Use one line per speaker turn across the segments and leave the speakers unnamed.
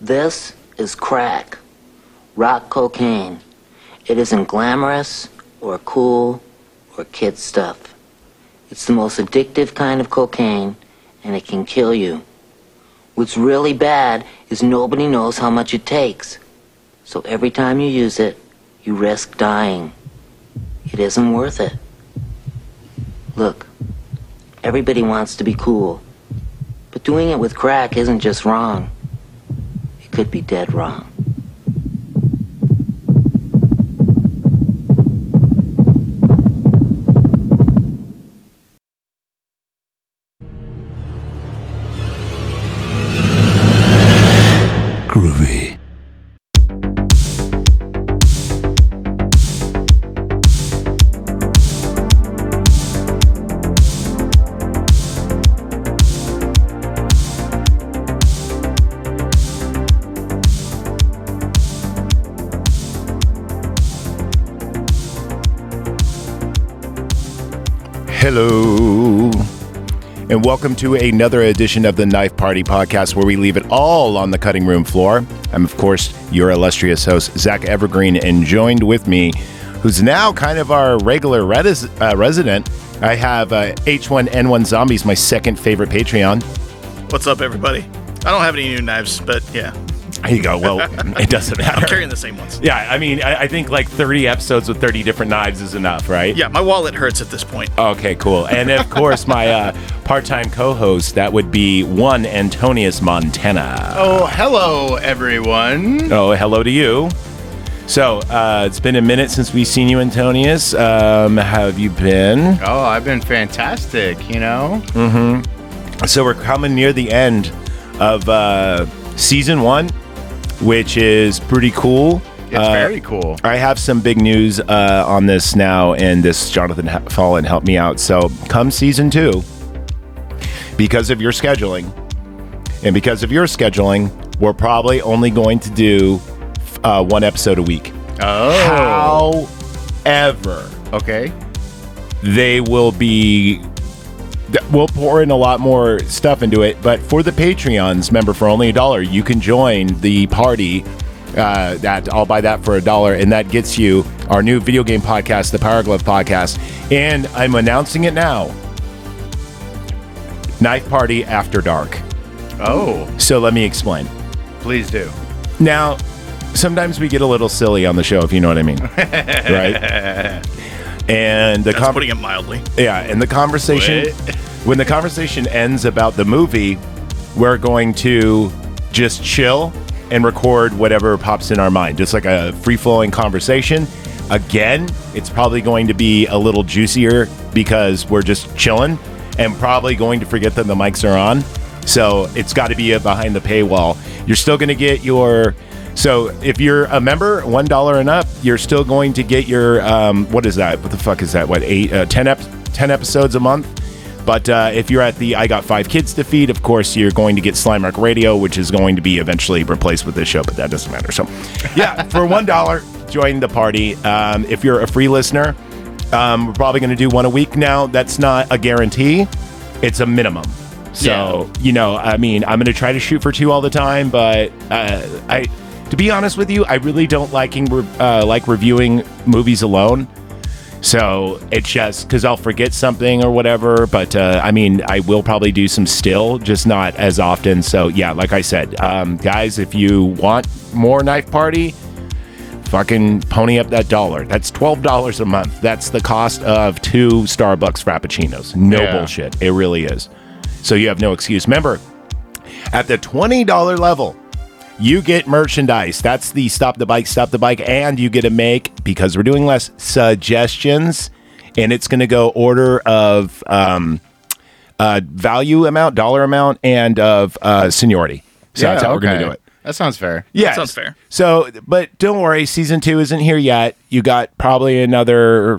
This is crack, rock cocaine. It isn't glamorous or cool or kid stuff. It's the most addictive kind of cocaine, and it can kill you. What's really bad is nobody knows how much it takes. So every time you use it, you risk dying. It isn't worth it. Look, everybody wants to be cool. But doing it with crack isn't just wrong. It could be dead wrong.
Groovy.
Hello. And welcome to another edition of the Knife Party podcast where we leave it all on the cutting room floor. I'm, of course, your illustrious host, Zach Evergreen, and joined with me, who's now kind of our regular redis- uh, resident, I have uh, H1N1 Zombies, my second favorite Patreon.
What's up, everybody? I don't have any new knives, but yeah,
There you go. Well, it doesn't
I'm
matter.
carrying the same ones.
Yeah, I mean, I, I think like 30 episodes with 30 different knives is enough, right?
Yeah, my wallet hurts at this point.
Okay, cool. And of course, my uh, part-time co-host that would be one Antonius Montana.
Oh, hello, everyone.
Oh, hello to you. So uh, it's been a minute since we've seen you, Antonius. Um, how have you been?
Oh, I've been fantastic, you know?
So we're coming near the end of uh, season one, which is pretty cool.
It's
Uh,
very cool.
I have some big news uh, on this now, and this Jonathan Ha- Fallon helped me out. So, come season two, because of your scheduling, and because of your scheduling, we're probably only going to do uh, one episode a week.
Oh.
However,
Okay.
they will be th- we'll pour in a lot more stuff into it but for the patreons member for only a dollar you can join the party uh, that i'll buy that for a dollar and that gets you our new video game podcast the power glove podcast and i'm announcing it now knife party after dark
Oh,
so let me explain
please do.
now, sometimes we get a little silly on the show, if you know what I mean, right? And the
That's
com-
putting it mildly.
yeah, and the conversation when the conversation ends about the movie, we're going to just chill and record whatever pops in our mind, just like a free flowing conversation. Again, it's probably going to be a little juicier because we're just chilling and probably going to forget that the mics are on. So it's got to be a behind the paywall. You're still going to get your. So if you're a member, one dollar and up, you're still going to get your. Um, what is that? What the fuck is that? What eight? Uh, ten ep- ten episodes a month. But uh, if you're at the I Got Five Kids to Feed, of course, you're going to get Slimark Radio, which is going to be eventually replaced with this show, but that doesn't matter. So, yeah, for $1, join the party. Um, if you're a free listener, um, we're probably going to do one a week now. That's not a guarantee, it's a minimum. So, you know, I mean, I'm going to try to shoot for two all the time, but uh, I. To be honest with you, I really don't liking re- uh, like reviewing movies alone. So it's just because I'll forget something or whatever. But uh, I mean, I will probably do some still, just not as often. So yeah, like I said, um, guys, if you want more knife party, fucking pony up that dollar. That's twelve dollars a month. That's the cost of two Starbucks frappuccinos. No
Yeah.
bullshit. It really is. So you have no excuse. Remember, at the twenty dollar level. You get merchandise. That's the stop the bike, stop the bike, and you get to make because we're doing less suggestions, and it's going to go order of um, uh, value amount, dollar amount, and of uh, seniority. So that's how we're going to do it.
That sounds fair.
Yeah,
sounds fair.
So, but don't worry, season two isn't here yet. You got probably another.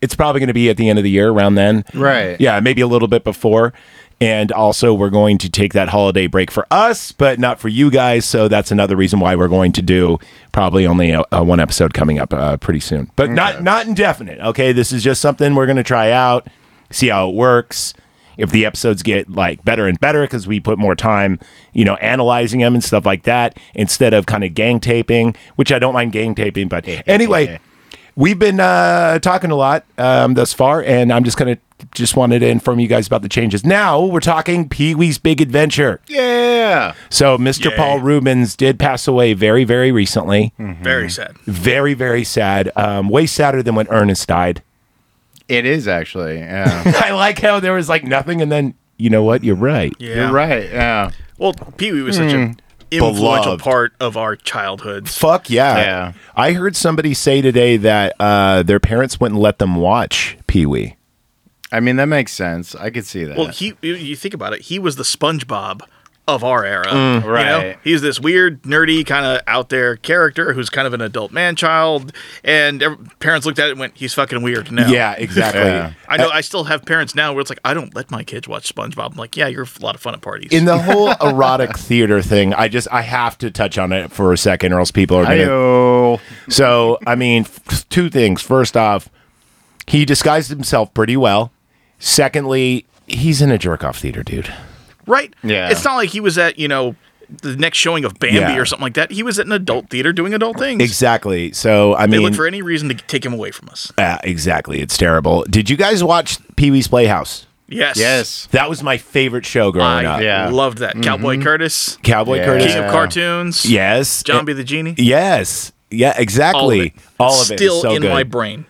It's probably going to be at the end of the year, around then.
Right.
Yeah, maybe a little bit before. And also, we're going to take that holiday break for us, but not for you guys. So that's another reason why we're going to do probably only a, a one episode coming up uh, pretty soon, but not not indefinite. Okay, this is just something we're going to try out, see how it works, if the episodes get like better and better because we put more time, you know, analyzing them and stuff like that instead of kind of gang taping, which I don't mind gang taping. But anyway, we've been uh, talking a lot um, thus far, and I'm just gonna just wanted to inform you guys about the changes. Now we're talking Pee Wee's Big Adventure.
Yeah.
So Mr.
Yay. Hmm.
Paul Rubens did pass away very, very recently.
Very sad.
Very, very sad. Um, way sadder than when Ernest died.
It is actually. Yeah.
I like how there was like nothing, and then you know what? You're right.
Yeah.
You're right. Yeah.
Well, Pee Wee was such an influential
Beloved.
part of our childhoods.
Fuck yeah.
Yeah.
I heard somebody say today that uh, their parents wouldn't let them watch Pee Wee.
I mean, that makes sense. I could see that.
Well, he you- you think about it, he was the SpongeBob of our era. You know?
right.
He's this weird, nerdy, kind of out there character who's kind of an adult man child, and ev- parents looked at it and went, "He's fucking weird." Now,
Yeah, exactly.
Yeah.
I know. I still have parents now where it's like, I don't let my kids watch SpongeBob. I'm like, yeah, you're a lot of fun at parties.
In the whole erotic theater thing, I just I have to touch on it for a second, or else people are gonna
Ayo.
So, I mean, f- two things. First off, he disguised himself pretty well. Secondly, he's in a jerk off theater, dude.
right?
Yeah.
It's not like he was at you know the next showing of Bambi
Yeah.
or something like that. He was at an adult theater doing adult things.
Exactly. So, I
They
mean,
look for any reason to take him away from us.
yeah, exactly. It's terrible. Did you guys watch Pee Wee's Playhouse?
Yes.
Yes.
That was my favorite show growing
I
up.
yeah.
loved that. Cowboy Curtis,
Mm-hmm. Cowboy
Yeah.
Curtis.
King of Cartoons.
Yes.
John B. the Genie.
Yes. Yeah, exactly.
All of it.
All of it is
Still
so
in
good.
my brain.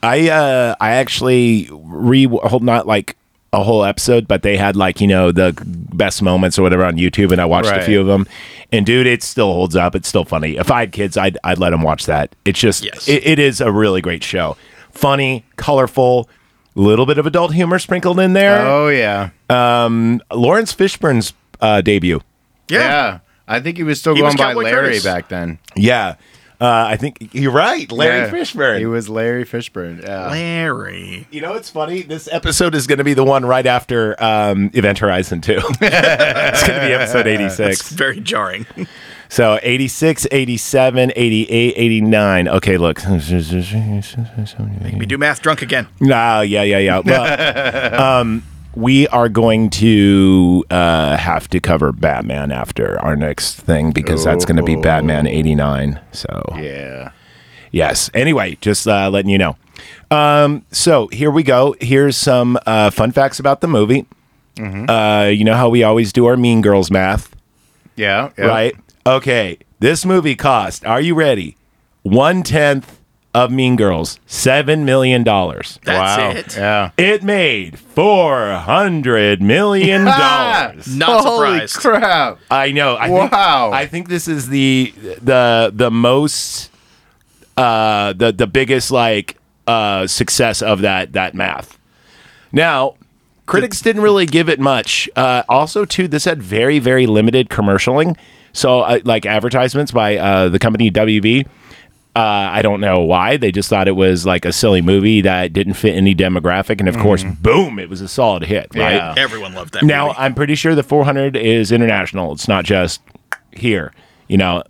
I uh I actually re well, not like a whole episode, but they had like you know the best moments or whatever on YouTube, and I watched a
Right.
few of them. And dude, it still holds up. It's still funny. If I had kids, I'd I'd let them watch that. It's just
Yes.
it, it is a really great show, funny, colorful, little bit of adult humor sprinkled in there.
Oh yeah.
Lawrence Fishburne's uh, debut.
Yeah.
Yeah. I think he was still
He was
going by
Cowboy
Larry
Curtis.
back then.
Yeah, uh, I think you're right, Larry
Yeah.
Fishburne.
He was Larry Fishburne. Yeah.
Larry.
You know, it's funny. This episode is going to be the one right after um, Event Horizon 2. it's going to be episode 86.
Very jarring.
So 86, 87, 88, 89. Okay, look. Ah,
we do math drunk again.
No, yeah, yeah, yeah. Well, um, we are going to uh, have to cover Batman after our next thing because that's going to be Batman 89. So,
Yeah.
yes. Anyway, just uh, letting you know. Um, so, here we go. Here's some uh, fun facts about the movie.
Mm-hmm.
Uh, you know how we always do our Mean Girls math?
Yeah. yeah.
right? Okay, this movie cost. Are you ready? One tenth of Mean Girls, seven million dollars.
That's
Wow.
it.
Yeah.
It made four hundred million dollars.
Not
Holy
surprised.
crap.
I know. I
Wow.
Think, I think this is the the the most uh the the biggest like uh success of that that math. Now, critics didn't really give it much. Uh also too this had very very limited commercialing. So uh, like advertisements by uh the company WB uh, I don't know why. They just thought it was like a silly movie that didn't fit any demographic. And of course, boom, it was a solid hit, right?
Mm-hmm. Yeah.
Everyone loved that.
Now,
movie.
I'm pretty sure the 400 is international. It's not just here, you know.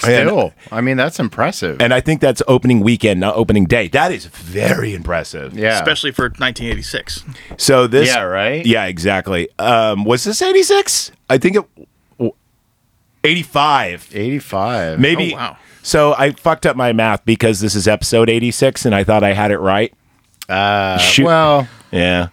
Still. I mean, that's impressive.
And I think that's opening weekend, not opening day. That is very impressive.
yeah.
especially for 1986.
So this.
Yeah, right?
Yeah, exactly. Um, was this 86? I think it. w- 85.
85.
Maybe.
Oh, wow.
So I fucked up my math because this is episode 86 and I thought I had it right. Uh,
Well,
Yeah.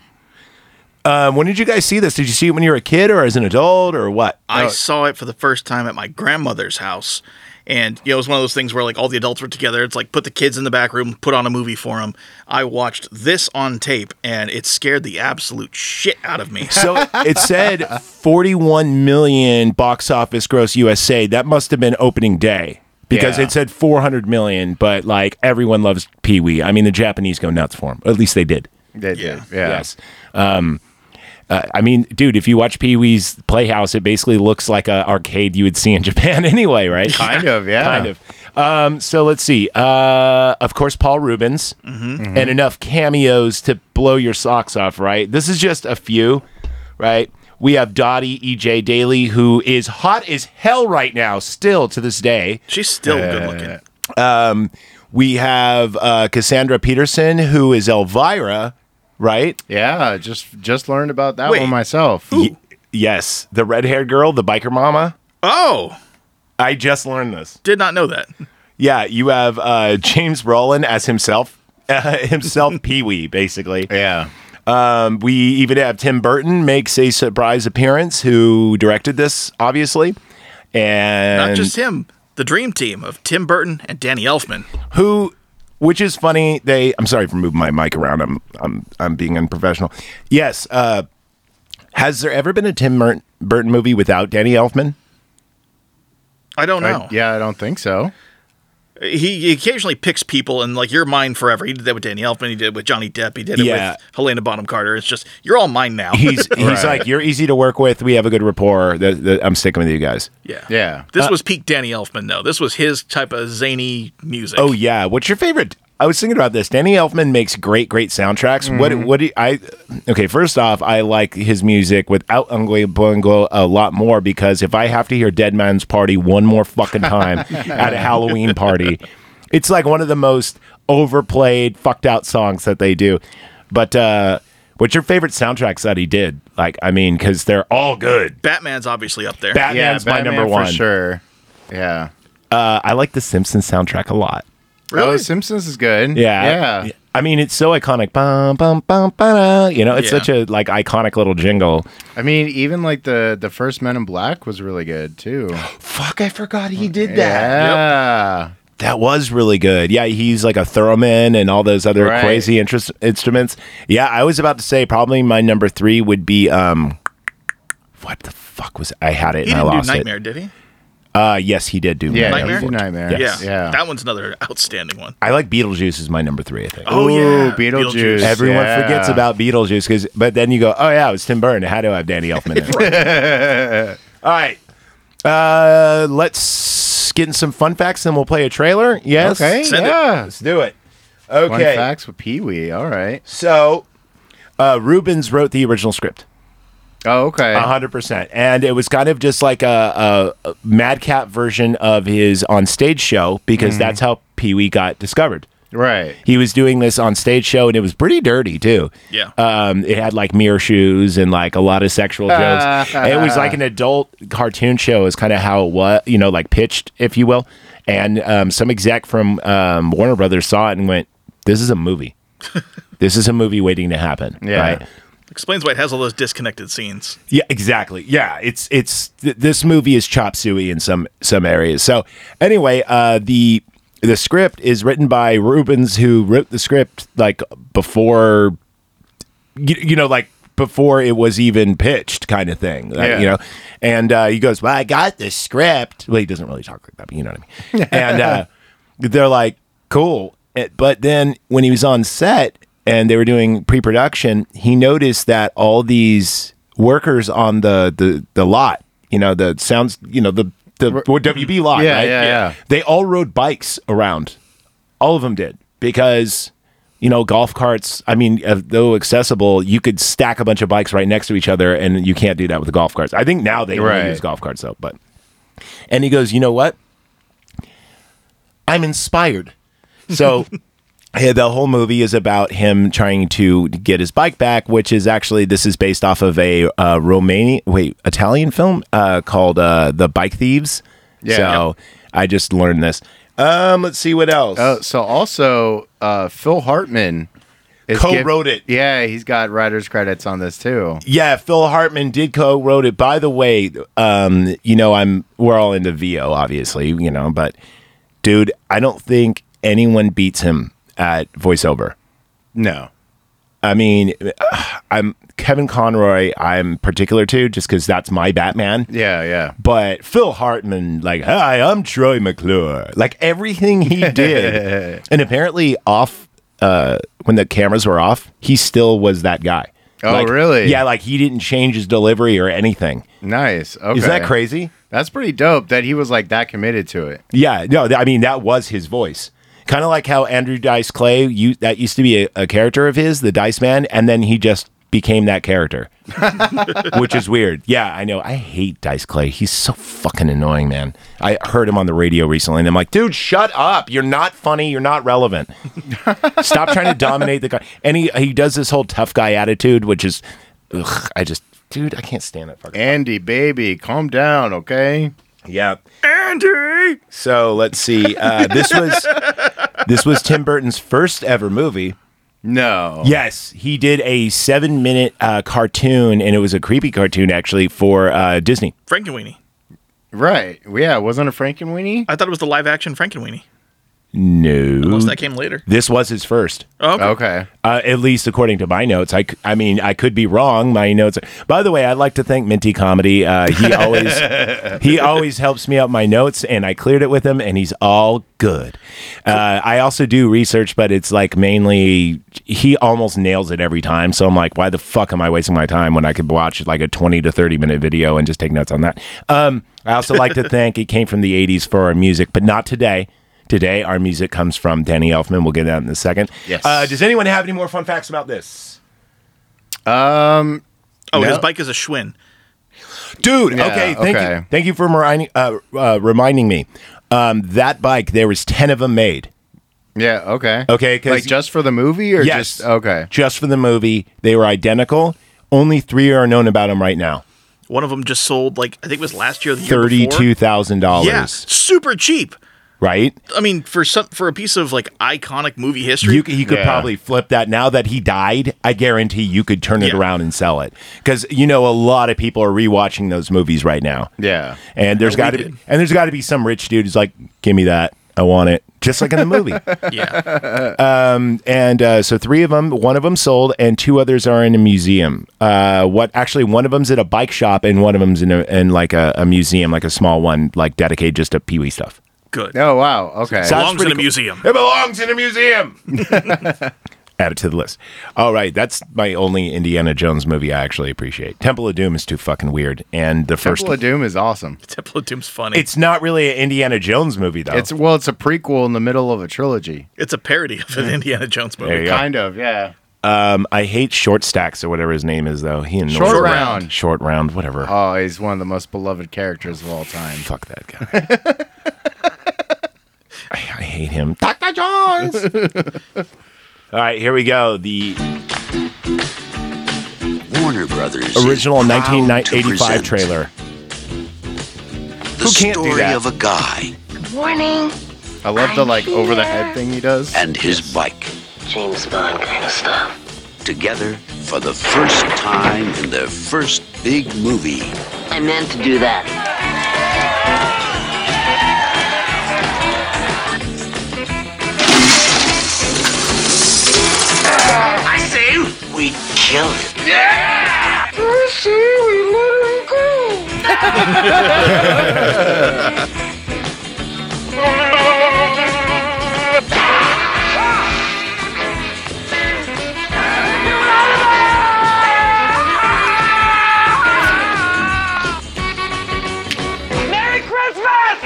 Um, when did you guys see this? Did you see it when you were a kid or as an adult or what?
I saw it for the first time at my grandmother's house. And you know, it was one of those things where like all the adults were together. It's like put the kids in the back room, put on a movie for them. I watched this on tape, and it scared the absolute shit out of me.
So it said 41 million box office gross USA. That must have been opening day because
Yeah.
it said 400 million, but like everyone loves Pee Wee. I mean, the Japanese go nuts for him. At least they did.
they did.
Yeah.
Yeah.
Yes. Um, uh, I mean, dude, if you watch Pee Wee's Playhouse, it basically looks like an arcade you would see in Japan anyway, right?
Kind of. Yeah.
kind of. Um, so let's see. Uh, of course, Paul Rubens Mm-hmm. and enough cameos to blow your socks off, right? This is just a few, right? We have Dottie E.J. Daly, who is hot as hell right now, still to this day.
She's still good looking.
We have uh, Cassandra Peterson, who is Elvira right?
Yeah, just just learned about that
Wait.
one myself.
Y- yes, the red-haired girl, the biker mama.
Oh,
I just learned this.
did not know that.
Yeah, you have uh, James Rowland as himself, himself Pee Wee, basically.
Yeah.
Um, we even have Tim Burton makes a surprise appearance, who directed this, obviously, and
Not just him. The dream team of Tim Burton and Danny Elfman.
who, which is funny. They, I'm sorry for moving my mic around. I'm, I'm, I'm being unprofessional. Yes. Uh, has there ever been a Tim Bur- Burton movie without Danny Elfman?
I don't
I-
know.
yeah, I don't think so.
He, he occasionally picks people, and like you're mine forever. He did that with Danny Elfman. He did it with Johnny Depp. He did it
Yeah.
with Helena Bonham Carter. It's just you're all mine now.
He's, he's like, you're easy to work with. We have a good rapport. That, that, I'm sticking with you guys.
yeah,
Yeah.
This
Uh,
was peak Danny Elfman though. This was his type of zany music.
Oh yeah, what's your favorite? I was thinking about this. Danny Elfman makes great, great soundtracks. What,
Mm-hmm.
what do you- I? Okay, first off, I like his music without Ungle Bungle a lot more because if I have to hear Dead Man's Party one more fucking time at a Halloween party, it's like one of the most overplayed, fucked out songs that they do. But uh, what's your favorite soundtracks that he did? Like, I mean, because they're all good.
Batman's obviously up there.
Batman's
yeah,
my
Batman
number
for
one.
sure. Yeah.
Uh, I like the Simpsons soundtrack a lot.
Oh, Simpsons is good.
Yeah.
Yeah.
I mean, it's so iconic. Bum, bum, bum, ba-da. You know, it's
Yeah.
such a like iconic little jingle.
I mean, even like the the first Men in Black was really good too.
Fuck, I forgot he did
Yeah.
Oh, That was really good. Yeah, he's like a theremin and all those other
Right.
crazy interest instruments. Yeah, I was about to say probably my number three would be um, what the fuck was I had it
He
and I
didn't do
lost
Nightmare, did he?
it. Uh, yes, he did do
Yeah.
Nightmare?
Nightmare. Nightmare.
Yes.
Yeah.
That one's another outstanding one.
I like Beetlejuice is my number three. I think.
Oh yeah,
Beetlejuice.
Everyone
yeah.
forgets about Beetlejuice because, but then you go, oh yeah, it was Tim Burton. How do I have Danny Elfman in it? All right, uh, let's get in some fun facts, and we'll play a trailer. Yes,
Okay.
Send it.
yeah.
let's do it.
Fun
Okay,
facts with Pee Wee. All right.
so uh, Rubens wrote the original script.
Oh, okay.
A hundred percent, and it was kind of just like a, a, a madcap version of his on stage show because
Mm-hmm.
that's how Pee Wee got discovered.
Right.
He was doing this on stage show, and it was pretty dirty too.
Yeah.
um, it had like mirror shoes and like a lot of sexual jokes. it was like an adult cartoon show, is kind of how it was, you know, like pitched, if you will. And um, some exec from um, Warner Brothers saw it and went, "This is a movie. this is a movie waiting to happen."
Yeah.
Explains why it has all those disconnected scenes.
Yeah, exactly. Yeah, it's it's th- this movie is chop suey in some some areas. So anyway, uh, the the script is written by Rubens, who wrote the script like before, you, you know, like before it was even pitched, kind of thing. Like,
Yeah.
You know, and uh, he goes, "Well, I got the script." Well, he doesn't really talk like that, but you know what I mean. and uh, they're like, "Cool," It- but then when he was on set and they were doing pre-production, he noticed that all these workers on the the the lot, you know, the sounds, you know, the the WB lot,
Yeah,
right?
yeah, yeah.
They all rode bikes around. All of them did because. You know, golf carts. I mean, uh, though accessible, you could stack a bunch of bikes right next to each other, and you can't do that with golf carts. I think now they only
Right.
use golf carts, though. But and he goes, you know what? I'm inspired. So yeah, the whole movie is about him trying to get his bike back, which is actually this is based off of a uh, Romanian, wait, Italian film uh, called uh, "The Bike Thieves."
Yeah.
So I just learned this. Um, let's see what else.
Uh, so also, uh, Phil Hartman is
Co-wrote it.
Yeah, he's got writer's credits on this too.
yeah, Phil Hartman did co-wrote it. By the way, um, you know I'm we're all into VO, obviously, you know, but dude, I don't think anyone beats him at voiceover.
No.
I mean, I'm Kevin Conroy. I'm particular to just because that's my Batman.
Yeah, yeah.
But Phil Hartman, like, hi, I'm Troy McClure. Like everything he did, and apparently off uh, when the cameras were off, he still was that guy.
Oh,
Like-
really?
Yeah, like he didn't change his delivery or anything.
Nice. Okay.
Is that crazy?
That's pretty dope that he was like that committed to it.
Yeah, no, th- I mean that was his voice. Kind of like how Andrew Dice Clay, you that used to be a, a character of his, the Dice Man, and then he just became that character. which is weird. Yeah, I know. I hate Dice Clay. He's so fucking annoying, man. I heard him on the radio recently, and I'm like, dude, shut up. You're not funny. You're not relevant. Stop trying to dominate the guy. And he he does this whole tough guy attitude, which is, ugh, I just, dude, I can't stand that fucking.
Andy, baby, calm down, okay?
Yeah.
Andy.
So let's see. Uh, this was this was Tim Burton's first ever movie.
No.
Yes, he did a seven minute uh, cartoon, and it was a creepy cartoon actually for uh, Disney.
Frankenweenie.
Right. Yeah, wasn't it Frankenweenie?
I thought it was the live action Frankenweenie.
No,
Unless that came later.
this was his first,
Oh, okay.
Okay.
uh, at least according to my notes. I, c- I mean, I could be wrong. My notes. By the way, I'd like to thank Minty Comedy. Uh, he always he always helps me out my notes, and I cleared it with him, and he's all good. Uh, I also do research, but it's like mainly he almost nails it every time. So I'm like, why the fuck am I wasting my time when I could watch like a 20 to 30 minute video and just take notes on that? Um, I also like to thank it came from the 80s for our music, but not today. Today, our music comes from Danny Elfman. We'll get that in a second.
Yes.
Uh, does anyone have any more fun facts about this?
Oh, his
No.
bike is a Schwinn.
Dude,
Yeah,
okay, thank
okay.
you. Thank you for reminding, uh, uh, reminding me. Um, that bike, there was 10 of them made.
Yeah, okay.
Okay, 'cause-
Like just for the movie or
Yes.
just okay.
Just for the movie, they were identical. Only three are known about them right now.
One of them just sold like I think it was last year. Or the year
Thirty-two
before.
thousand
Yeah,
dollars.
super cheap.
Right?
I mean, for some for a piece of like iconic movie history.
You, c- he could
Yeah.
probably flip that. Now that he died, I guarantee you could turn it
Yeah.
around and sell it because you know a lot of people are rewatching those movies right now.
Yeah.
and there's
Yeah,
got
we
to be
did.
and there's got to be some rich dude who's like, "Give me that, I want it," just like in the movie.
yeah,
and uh, so three of them, one of them sold, and two others are in a museum. Uh, what actually, one of them's at a bike shop, and one of them's in a, in like a, a museum, like a small one, like dedicated just to Pee Wee stuff.
good.
Oh wow. Okay.
So-
Belongs in a
pretty cool.
museum.
It belongs in a museum. Add it to the list. All right, that's my only Indiana Jones movie I actually appreciate. Temple of Doom is too fucking weird, and the first
Temple of Doom is awesome.
Temple of Doom's funny. It's
it's not really an Indiana Jones movie though.
It's well, it's a prequel in the middle of a trilogy.
it's a parody of an Indiana Jones movie.
There you go.
Kind of, yeah.
Um, I hate Short Stacks or whatever his name is though. He annoys
Short
me.
Round.
Short Round, whatever.
Oh, he's one of the most beloved characters of all time.
Fuck that guy. I, I hate him. Dr. Jones! All right, here we go. The
Warner Brothers. is
original
proud to
1985
present
trailer.
The
Who can't do
story
that?
of a guy
Warning!
I love the like over the head thing he does.
and his bike
James Bond kind of stuff.
together for the first time in their first big movie.
I meant to do that.
I say we kill it.
Merry Christmas!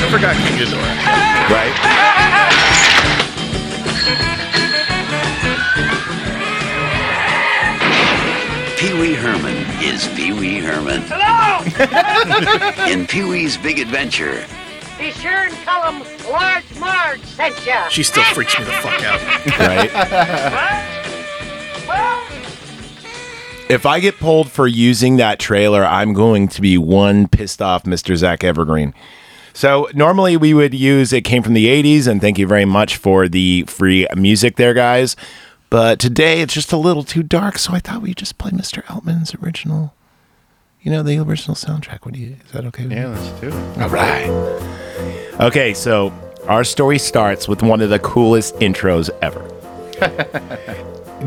I forgot King Ghidorah.
Right?
Pee Wee Herman is Pee Wee Herman.
Hello!
In Pee Wee's Big Adventure,
Be sure and tell 'em Large Marge sent ya.
She still freaks me the fuck out.
Right?
Well,
if I get pulled for using that trailer, I'm going to be one pissed off Mr. Zach Evergreen. So normally we would use it came from the 80s, and thank you very much for the free music there, guys. But today it's just a little too dark, so I thought we'd just play Mr. Eltman's original, you know, the original soundtrack. What do you, is that okay with you?
Yeah, that's too.
All right. Okay, so our story starts with one of the coolest intros ever.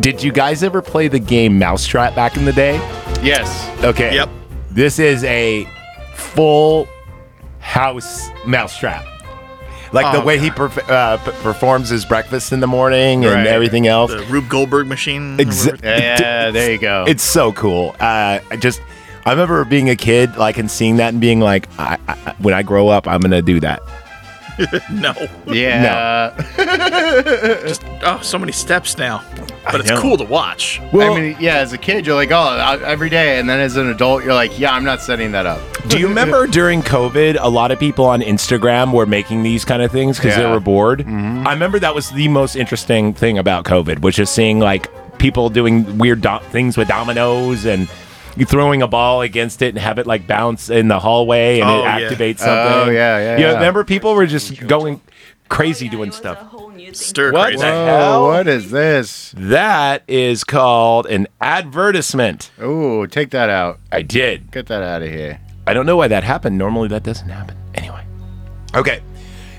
Did you guys ever play the game Mousetrap back in the day?
Yes.
Okay.
Yep.
This is a full house mousetrap. Like the
Oh,
way he perf- uh, p- performs his breakfast in the morning and
Right.
everything else.
The Rube Goldberg machine.
Exa-
or whatever.
Yeah, there you go.
It's so cool. Uh, I just, I remember being a kid, like, and seeing that and being like, I, I, when I grow up, I'm going to do that.
no.
Yeah.
Oh, so many steps now. But it's
know.
cool to watch.
I mean, yeah, as a kid, you're like, oh, I- every day. And then as an adult, you're like, yeah, I'm not setting that up.
Do you remember during COVID, a lot of people on Instagram were making these kind of things because they
Yeah. Mm-hmm.
were bored? I remember that was the most interesting thing about COVID, was just seeing like people doing weird do- things with dominoes and you throwing a ball against it and have it like bounce in the hallway and
Oh,
it
yeah.
activates
Oh,
something.
yeah, yeah,
You
yeah.
remember people were just going crazy doing stuff.
Stir
What?
crazy.
What?
Oh,
hell?
what is this?
That is called an advertisement.
Oh, take that out.
I did.
Get that out of here.
I don't know why that happened. Normally that doesn't happen. Anyway. Okay.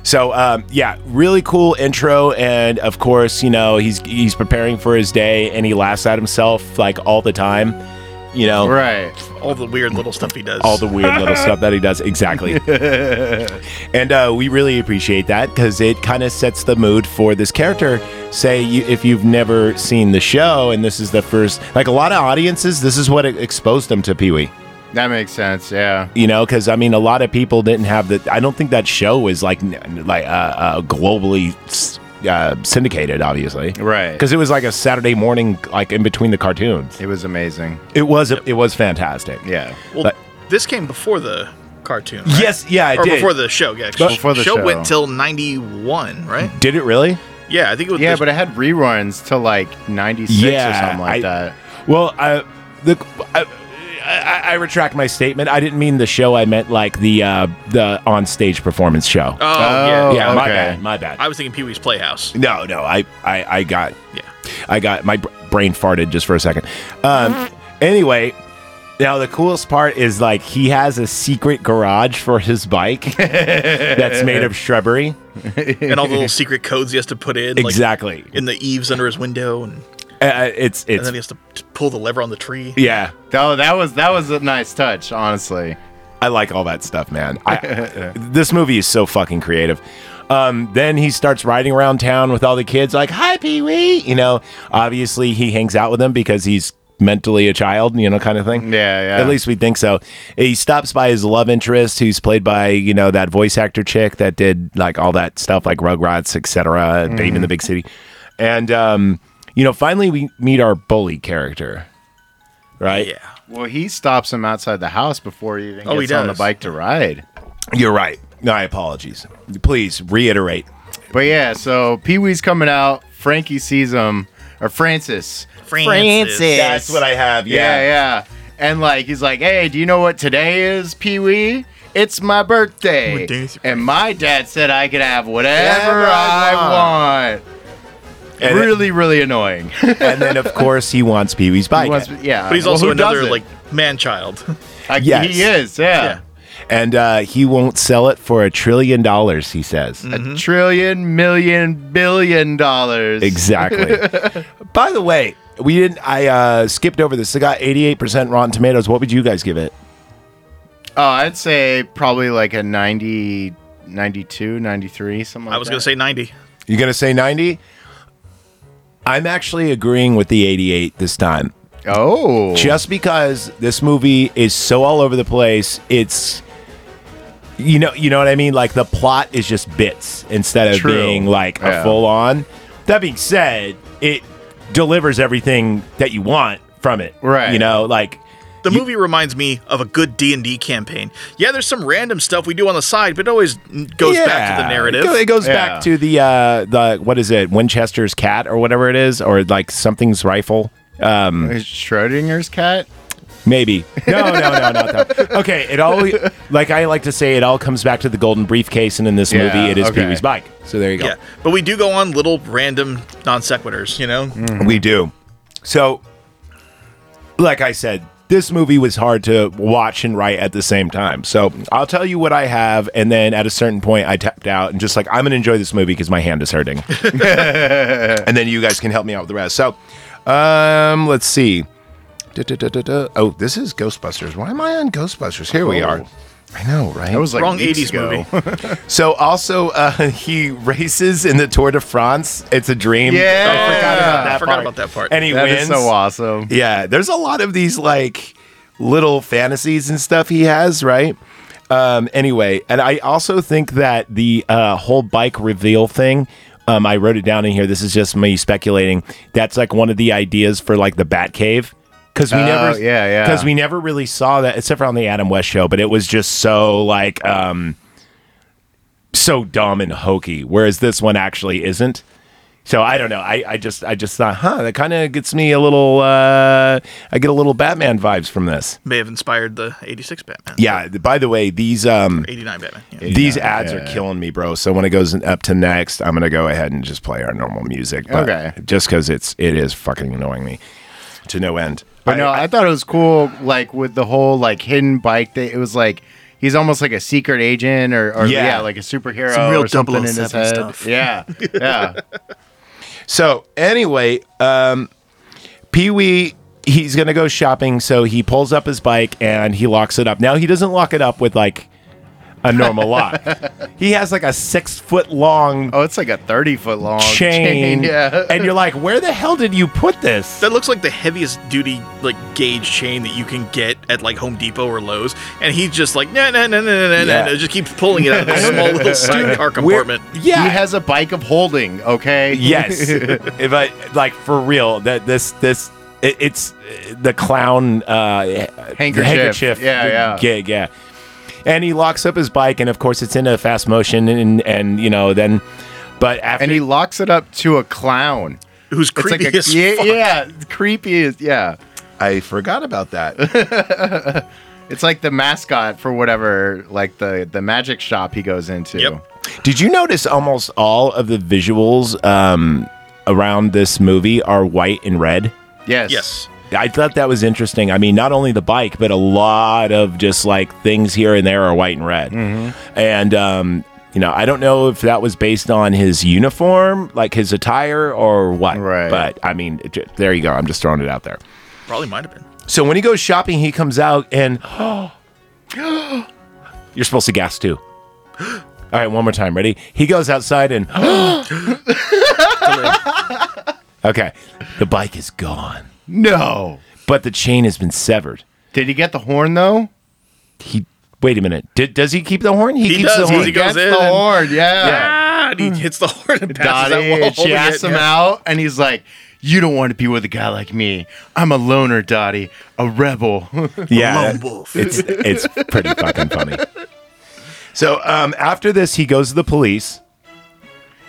So um, yeah, really cool intro, and of course, you know he's he's preparing for his day, and he laughs at himself like all the time, you know,
Right.
All the weird little stuff he does.
all the weird little stuff that he does exactly. and uh, we really appreciate that because it kind of sets the mood for this character. Say you, if you've never seen the show, and this is the first, like a lot of audiences, this is what exposed them to Pee Wee.
That makes sense. Yeah.
you know because i mean a lot of people didn't have the i don't think that show is like n- like uh, uh globally s- uh, syndicated obviously
Right.
because it was like a saturday morning like in between the cartoons
It was amazing.
it was it was fantastic
Yeah.
Well,
But-
this came before the cartoon. right?
yes yeah it
or
did
before the show. Yeah, 'cause
But- Before the show.
went till '91, right?
did it really
Yeah, I think it was.
Yeah,
the-
but it had reruns to like 96
Yeah,
or something like
I-
that.
well i the I, I, I retract my statement i didn't mean the show i meant like the uh the on stage performance show
oh, yeah,
Oh,
yeah my
okay.
bad my bad
I was thinking Pee Wee's Playhouse.
No, no, I, I, I got,
Yeah.
I got my br- brain farted just for a second. Um, anyway, now the coolest part is like he has a secret garage for his bike that's made of shrubbery.
and all the little secret codes he has to put in,
exactly.
like in the eaves under his window, and,
Uh, it's
and
it's
then he has to t- pull the lever on the tree.
yeah.
Oh, that was that was a nice touch, honestly.
I like all that stuff, man. I, this movie is so fucking creative. Um, then he starts riding around town with all the kids, like, "Hi, Pee Wee." You know, obviously he hangs out with them because he's mentally a child, you know, kind of thing.
Yeah, yeah.
At least we think so. He stops by his love interest, who's played by you know that voice actor chick that did like all that stuff, like Rugrats, etc., Babe in
Mm-hmm.
the Big City, and um, you know, finally we meet our bully character, right?
Yeah.
Well, he stops him outside the house before he even
Oh,
gets
he
on the
does.
bike to ride.
You're right. My apologies. Please reiterate.
But yeah, so Pee Wee's coming out. Frankie sees him, or Francis.
Francis.
That's what I have.
Yeah,
Yeah.
yeah. And like, he's like, hey, do you know what today is, Pee Wee? It's my birthday.
What day is your
And my dad said I could have whatever
Whatever I
I want.
And-
really, really annoying.
and then, of course, he wants Pee Wee's bike.
He wants- yeah.
But he's
Uh, Well,
also
who
another
doesn't?
like man child.
I,
Yes.
he is, yeah.
and uh, he won't sell it for a trillion dollars, he says.
A trillion, million, billion dollars.
Exactly. By the way, we didn't. I uh, skipped over this. It got 88% Rotten Tomatoes. What would you guys give it?
Oh, I'd say probably like a 90, 92, 93, something like
I was
that.
gonna say ninety.
You're going to say 90? I'm actually agreeing with the 88 this time.
Oh.
just because this movie is so all over the place it's you know you know what i mean like the plot is just bits instead of
True.
being like a
Yeah.
full on that being said it delivers everything that you want from it
Right.
you know like
The movie reminds me of a good D and D campaign. Yeah, there's some random stuff we do on the side, but it always n- goes back to
yeah,
the
it
narrative.
go- it goes
Yeah.
back to the uh the what is it winchester's cat or whatever it is or like something's rifle
Is Schrodinger's cat?
Maybe. No, no, no, not that. Okay, it all like I like to say it all comes back to the golden briefcase and in this
Yeah,
movie it is
okay.
Pee-wee's bike. So there you go.
yeah, but we do go on little random non sequiturs. You know,
Mm.
We do. So like I said, this movie was hard to watch and write at the same time. So I'll tell you what I have and then at a certain point I tapped out and just like I'm going to enjoy this movie because my hand is hurting. and then you guys can help me out with the rest. So um let's see. Da-da-da-da-da. Oh, this is Ghostbusters. Why am I on Ghostbusters? Here we are.
Oh.
I know, right?
That was like
wrong
weeks
'80s
ago.
movie.
So also uh, he races in the Tour de France. It's a dream.
Yeah.
I forgot about that
I forgot
part.
about that part.
And he
That
wins.
is so awesome.
Yeah, there's a lot of these like little fantasies and stuff he has, right? Um, anyway, and I also think that the uh, whole bike reveal thing. Um, I wrote it down in here. This is just me speculating. That's like one of the ideas for like the Batcave, because we
Oh,
never,
yeah, yeah.
because we never really saw that except for on the Adam West show. But it was just so like, um, so dumb and hokey. Whereas this one actually isn't. So I don't know. I, I just I just thought, huh, that kind of gets me a little. Uh, I get a little Batman vibes from this.
May have inspired the 86 Batman.
Yeah. th- By the way, these um
89 Batman. Yeah.
these ads are killing me, bro. So when it goes up to next, I'm gonna go ahead and just play our normal music. But
Okay.
Just because it's it is fucking annoying me to no end.
But no, I thought it was cool, like with the whole like hidden bike thing. It was like he's almost like a secret agent or, or
Yeah.
yeah. like a superhero
Some real
or something in his
007
head.
stuff.
Yeah, yeah.
So anyway, um, Pee Wee he's gonna go shopping, so he pulls up his bike and he locks it up. Now he doesn't lock it up with like a normal lock. He has like a six foot long
Oh, it's like a thirty foot long
chain,
Oh, yeah,
and you're like, where the hell did you put this?
That looks like the heaviest duty like gauge chain that you can get at like Home Depot or Lowe's, and he's just like no no no no no
Yeah.
no no, just keeps pulling it out of the small little streetcar compartment.
Yeah,
he has a bike of holding. Okay.
yes if i like for real that this this it, it's uh, the clown uh
Handkerchief. Yeah, yeah.
gig yeah and he locks up his bike and of course it's in a fast motion and and you know then but after
and he locks it up to a clown.
Who's
It's
creepy
like a
as
yeah,
fuck.
yeah, creepy as yeah.
i forgot about that
It's like the mascot for whatever, like the the magic shop he goes into.
Yep.
did you notice almost all of the visuals um around this movie are white and red
Yes.
Yes.
I thought that was interesting. I mean, not only the bike, but a lot of just like things here and there are white and red. And, um, you know, I don't know if that was based on his uniform, like his attire or what.
Right.
But I mean, it ju- there you go. I'm just throwing it out there.
Probably might have been.
So when he goes shopping, he comes out and you're supposed to gas too. All right, one more time. Ready? He goes outside and okay, the bike is gone,
No.
but the chain has been severed.
Did he get the horn though?
he wait a minute did, does he keep the horn he,
He
keeps
does,
the horn
He goes
Gets
in
the
and-
horn. Yeah.
Ah, and he
Hmm.
hits the horn and passes
Dottie,
that wall.
and she
holding
asks
it,
him
yeah.
out, and he's like, "You don't want to be with a guy like me. I'm a loner, Dottie, a rebel."
yeah
Lone
that-
wolf.
it's it's pretty fucking funny so um after this he goes to the police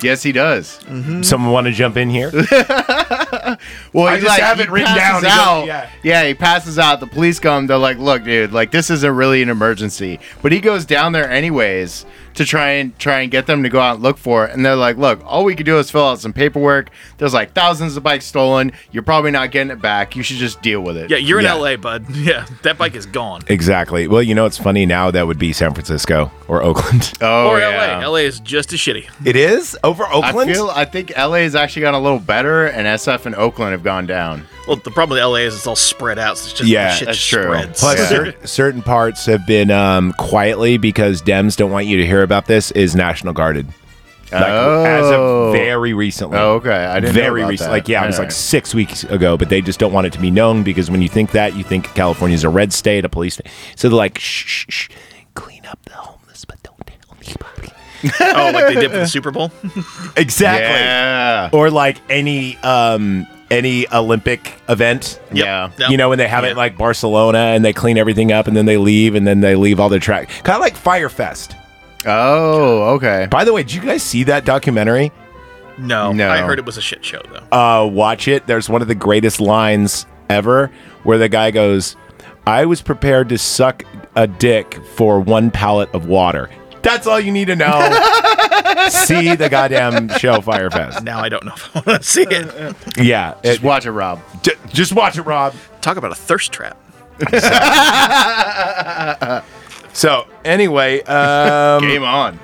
yes, he does.
someone want to jump in here
Well,
I
he's
just
like,
have
he
it written
passes
down. He goes-
Out.
yeah.
yeah. he passes out. The police come. They're like, "Look, dude, like this isn't really an emergency." But he goes down there anyways to try and try and get them to go out and look for it. And they're like, "Look, all we could do is fill out some paperwork. There's like thousands of bikes stolen. You're probably not getting it back. You should just deal with it."
Yeah, you're in
Yeah.
LA, bud. Yeah, that bike is gone.
exactly well you know it's funny now that would be san francisco or oakland
Oh,
or
yeah.
LA. LA is just as shitty.
Uh, it is over
I
oakland
feel I think LA has actually gotten a little better, and SF and Oakland have gone down.
Well, the problem with LA is it's all spread out. So it's just
Yeah,
the shit
that's
just
true.
spreads.
Plus,
Yeah.
cer- certain parts have been um, quietly because Dems don't want you to hear about this. Is National Guarded Like, as
Oh.
of very recently?
Oh, okay. I didn't know
very
about
recent.
that.
Like yeah, it was like
Alright.
six weeks ago, but they just don't want it to be known because when you think that, you think California's a red state, a police state. So they're like, shh, shh, shh clean up the homeless, but don't tell anybody.
oh, like they did for the Super Bowl.
Exactly.
Yeah.
Or like any um any Olympic event.
Yeah.
Yep.
You know, when they have
Yeah.
it like Barcelona and they clean everything up and then they leave and then they leave all their track. Kind of like Firefest.
Oh, okay.
By the way, did you guys see that documentary?
No,
No.
I heard it was a shit show though.
uh, watch it. There's one of the greatest lines ever where the guy goes, I was prepared to suck a dick for one pallet of water. That's all you need to know. See the goddamn show Firefest.
Now I don't know if I want to see
uh,
it.
Yeah.
Just
it-
watch it, Rob.
j- just watch it, Rob.
Talk about a thirst trap.
So, anyway, um,
Game on.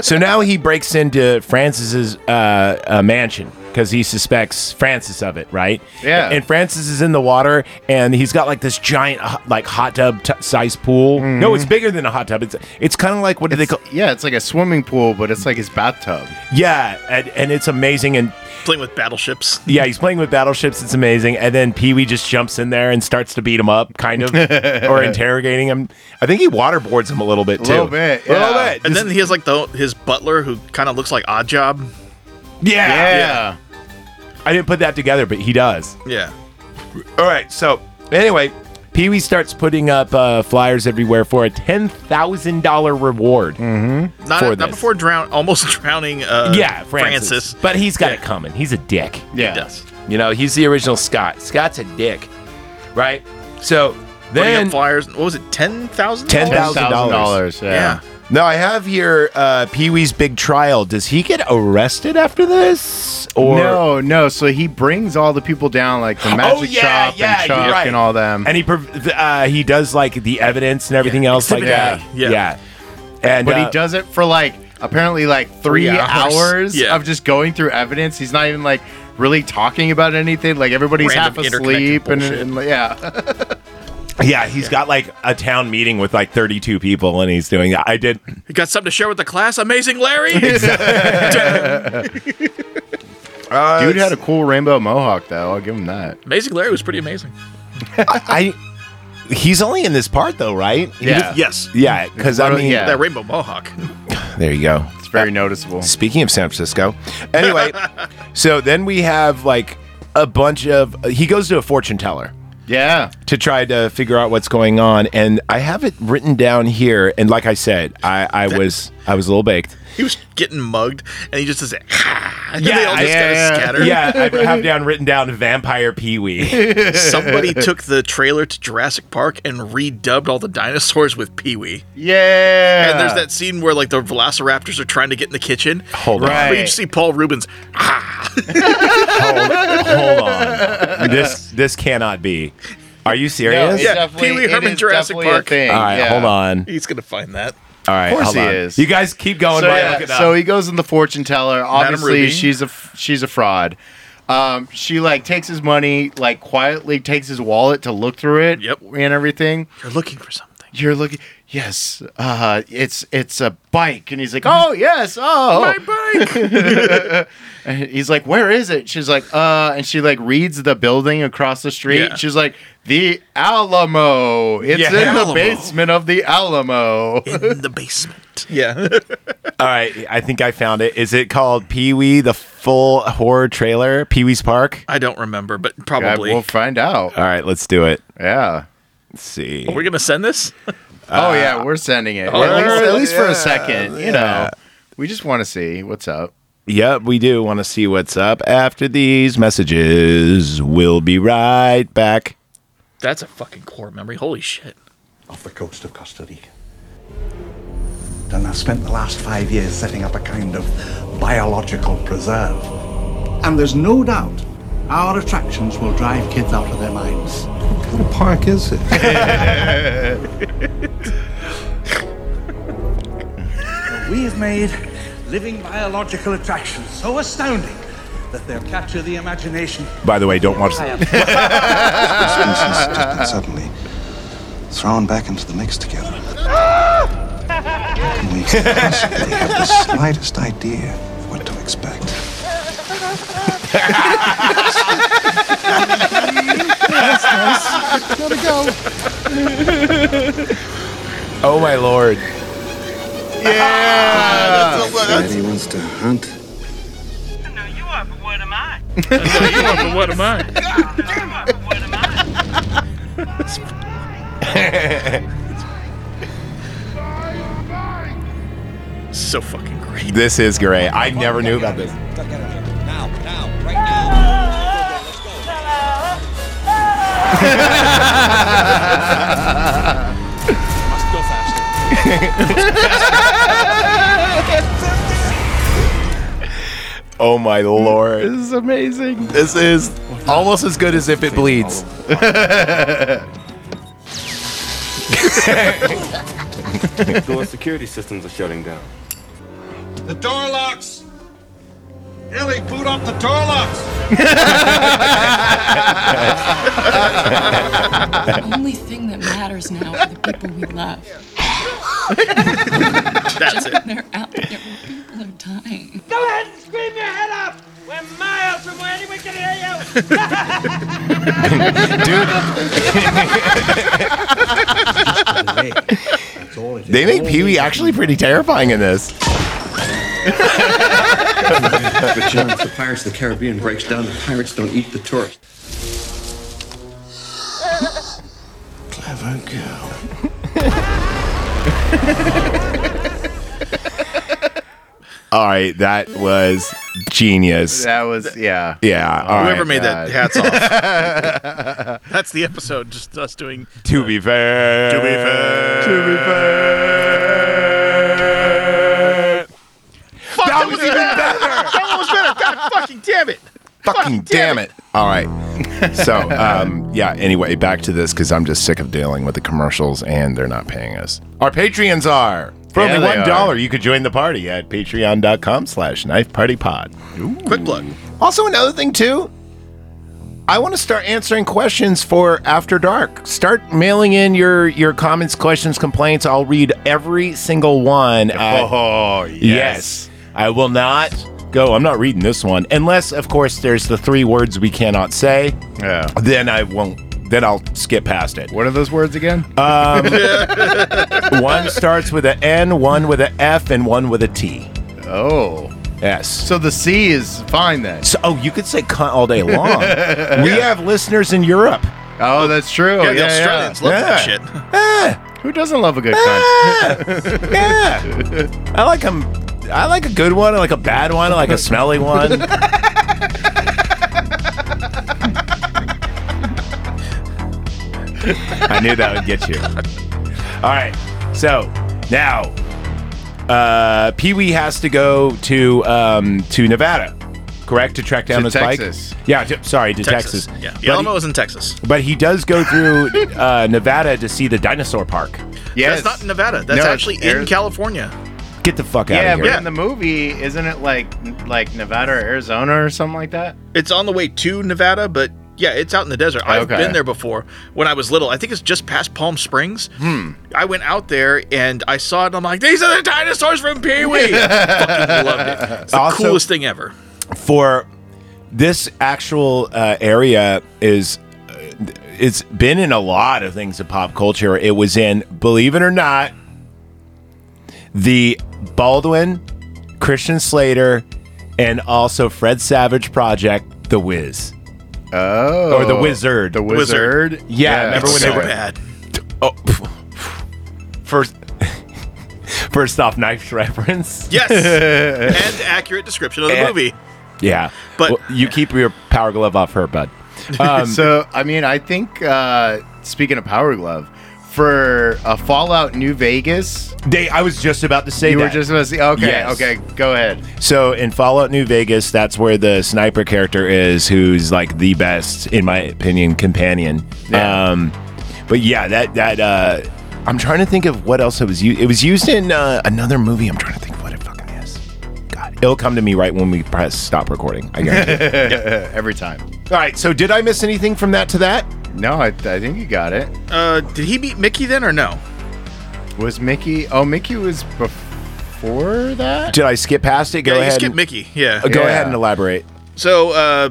so now he breaks into Francis's uh, uh, mansion because he suspects Francis of it, right?
Yeah.
And Francis is in the water, and he's got like this giant, uh, like hot tub t- size pool. No, it's bigger than a hot tub. It's it's kind of like what do they call?
yeah, Mm-hmm. it's like a swimming pool, but it's like his bathtub.
Yeah, and, and it's amazing. And
Playing with battleships.
yeah, he's playing with battleships. It's amazing. And then Pee Wee just jumps in there and starts to beat him up, kind of, or interrogating him. I think he waterboards him a little bit too.
little bit,
A little
yeah.
bit.
And
Just-
then he has like the his butler who kind of looks like Oddjob.
yeah,
Yeah.
I didn't put that together, but he does.
Yeah.
All right. So anyway, Pee Wee starts putting up uh, flyers everywhere for a ten thousand dollar reward.
Not,
For
not
this.
before drown almost drowning uh
Yeah, Francis. But he's got it coming. He's a dick.
Yeah.
He does.
You know, he's the original Scott. Scott's a dick, right? So
Then
then.
flyers. What was it? Ten thousand.
$10,000.
$10,000.
Yeah.
Yeah.
Now I have here uh, Pee Wee's big trial. Does he get arrested after this? Or
no, no. So he brings all the people down, like
Oh,
the magic
Oh, yeah,
shop
yeah,
and
you're
Chuck
right.
and all them.
and he prov- uh, he does like the evidence and everything else like
Exhibit A,
that.
yeah.
and
but
uh,
he does it for like apparently like three,
Three hours.
hours,
Yeah.
of just going through evidence. He's not even like really talking about anything. Like everybody's
Random
half
interconnected
asleep and,
bullshit.
and, yeah,
Yeah, he's got like a town meeting with like 32 people, and he's doing that. I did.
You got something to share with the class? Amazing Larry.
Uh,
dude had a cool rainbow mohawk though. I'll give him that.
amazing Larry was pretty amazing.
I. He's only in this part though, right? He
Yeah.
was-
Yes.
yeah, because I
Literally,
mean,
yeah.
That rainbow mohawk.
there you go.
It's very noticeable.
Speaking of San Francisco, anyway, so then we have like a bunch of. He goes to a fortune teller
Yeah,
to try to figure out what's going on, and I have it written down here. And like I said, I, I was I was a little baked.
He was getting mugged, and he just does it. and they all
Yeah,
just kinda
yeah.
scatter.
Yeah, I have down written down Vampire Pee Wee.
Somebody took the trailer to Jurassic Park and redubbed all the dinosaurs with Pee Wee.
yeah.
And there's that scene where like the velociraptors are trying to get in the kitchen.
Hold on.
But you
Right.
just see Paul Rubens.
hold, hold on. This this cannot be. Are you
No,
serious?
it's
Yeah,
definitely-
Pee Wee
it
Herman
is
Jurassic
definitely a
Park.
thing,
All right,
yeah.
hold on.
He's gonna find that.
All right,
Of course
hold
he
on.
is.
You guys keep going.
So,
while I
yeah,
look it up.
so he goes in the fortune teller. Obviously,
Ruby?
she's a f- she's a fraud. Um, she like takes his money, like quietly takes his wallet to look through it.
Yep.
and everything.
You're looking for something.
You're looking. Yes, uh, it's it's a bike, and he's like, oh yes, oh.
Mm-hmm. My bike.
And he's like, where is it? She's like, uh, and she like reads the building across the street.
Yeah.
She's like, the Alamo. It's
Yeah.
in
Alamo.
the basement of the Alamo.
in the basement. Yeah.
All right, I think I found it. Is it called Pee Wee the full horror trailer? Pee Wee's Park.
I don't remember, but
God,
probably. Uh,
we'll find out.
All right, let's do it.
Yeah.
Let's see.
We're gonna send this.
Oh yeah, we're sending it.
uh, Oh,
at least,
yeah,
at least for
yeah,
a second, you
yeah.
know. We just want to see what's up.
Yep, we do want to see what's up after these messages. We'll be right back.
That's a fucking core memory. Holy shit.
off the coast of Costa Rica. And I've spent the last five years setting up a kind of biological preserve. And there's no doubt our attractions will drive kids out of their minds. What kind of park is it?
We have made living biological attractions so astounding that they'll capture the imagination.
By the way, don't watch.
and suddenly thrown back into the mix together. How can we possibly have the slightest idea of what to expect? Gotta go.
Oh my lord!
Somebody wants to hunt.
No, you are, but what am I?
But what am I?
No, you are, but what am I?
So fucking great.
This is great. I never knew about this.
Now, now, right now. Let's go, let's go. Must go faster.
Oh my lord!
This is amazing.
This is almost as good as if it bleeds.
Door security systems are shutting down.
The door locks. Ellie, boot up the door locks.
The only thing that matters now are the people we love.
That's it.
They're out there. People are dying.
Go ahead and scream your head off. We're miles from where anyone can hear you.
That's all it is.
They make Pee Wee actually pretty terrifying in this.
Returns the Pirates of the Caribbean breaks down. The pirates don't eat the tourists.
Clever girl.
All right, that was genius.
That was yeah.
Yeah, all right.
Whoever made that,
God.
hats off. That's the episode. Just us doing.
To be fair. To be fair. To be fair.
Fuck, that, was even better. that one was better. God fucking damn it.
Fucking damn it. All right. So, um, yeah, anyway, back to this because I'm just sick of dealing with the commercials and they're not paying us. Our Patreons are. For
Yeah,
only
they
$1,
are.
you could join the party at patreon.com slash knife party pod.
Quick plug.
Also, another thing too, I want to start answering questions for After Dark. Start mailing in your your comments, questions, complaints. I'll read every single one. at-
oh
yes. I will not go. I'm not reading this one unless, of course, there's the three words we cannot say.
Yeah.
Then I won't. Then I'll skip past it.
Uh, What are those words again?
Uh,
one starts with an N, one with an F, and one with a T.
oh.
Yes.
So the C is fine then.
So, oh, you could say cunt all day long. We have listeners in Europe.
Oh, that's true.
Yeah,
Yeah,
the
yeah.
Australians love that
Yeah.
shit.
Ah.
Who doesn't love a good cunt?
Ah, yeah. I like them. I like a good one. I like a bad one. I like a smelly one. I knew that would get you. All right. So now, uh, Pee Wee has to go to um, to Nevada, correct? To track down
To
his
Texas.
bike. Yeah. To, sorry, to Texas.
Yeah.
But he-
Yelmo was in Texas.
But he does go through uh, Nevada to see the dinosaur park.
Yes.
That's not in Nevada. That's
No, it's
actually in
Arizona.
California.
Get the fuck out
Yeah,
of here.
but in the movie, isn't it like like Nevada or Arizona or something like that?
It's on the way to Nevada, but yeah, it's out in the desert. I've
Okay.
been there before when I was little. I think it's just past Palm Springs. Hmm. I went out there and I saw it and I'm like, these are the dinosaurs from Pee Wee. fucking loved it. It's the
Also-
coolest thing ever.
for this actual uh, area is uh, it's been in a lot of things in pop culture. It was in, believe it or not, the Baldwin, Christian Slater, and also Fred Savage project, The Wiz
Oh,
or The Wizard.
The
Wizard.
wizard.
Yeah, remember
It's
when
so
they were-
bad.
oh, pff, pff. first, first off, knife reference.
Yes. and accurate description of the
And-
movie.
Yeah,
But-
you keep your power glove off her, bud. um, Uh,
so I mean, I think uh, speaking of Power Glove, for a Fallout New Vegas,
They, I was just about to say
you
that.
were just gonna see. Okay,
Yes.
okay, go ahead.
So in Fallout New Vegas, that's where the sniper character is, who's like the best, in my opinion, companion.
Yeah.
Um, but yeah, that that uh, I'm trying to think of what else it was used. It was used in uh, another movie. I'm trying to think of what it fucking is. God, it'll come to me right when we press stop recording. I guarantee. it.
uh, Every time.
All right. So did I miss anything from that to that?
No, I, I think you got it.
Uh, did he beat Mickey then or no?
Was Mickey? Oh, Mickey was before that.
Did I skip past it? Go
yeah,
ahead.
you skip
and-
Mickey. Yeah.
uh, Go
Yeah.
ahead and elaborate.
So uh,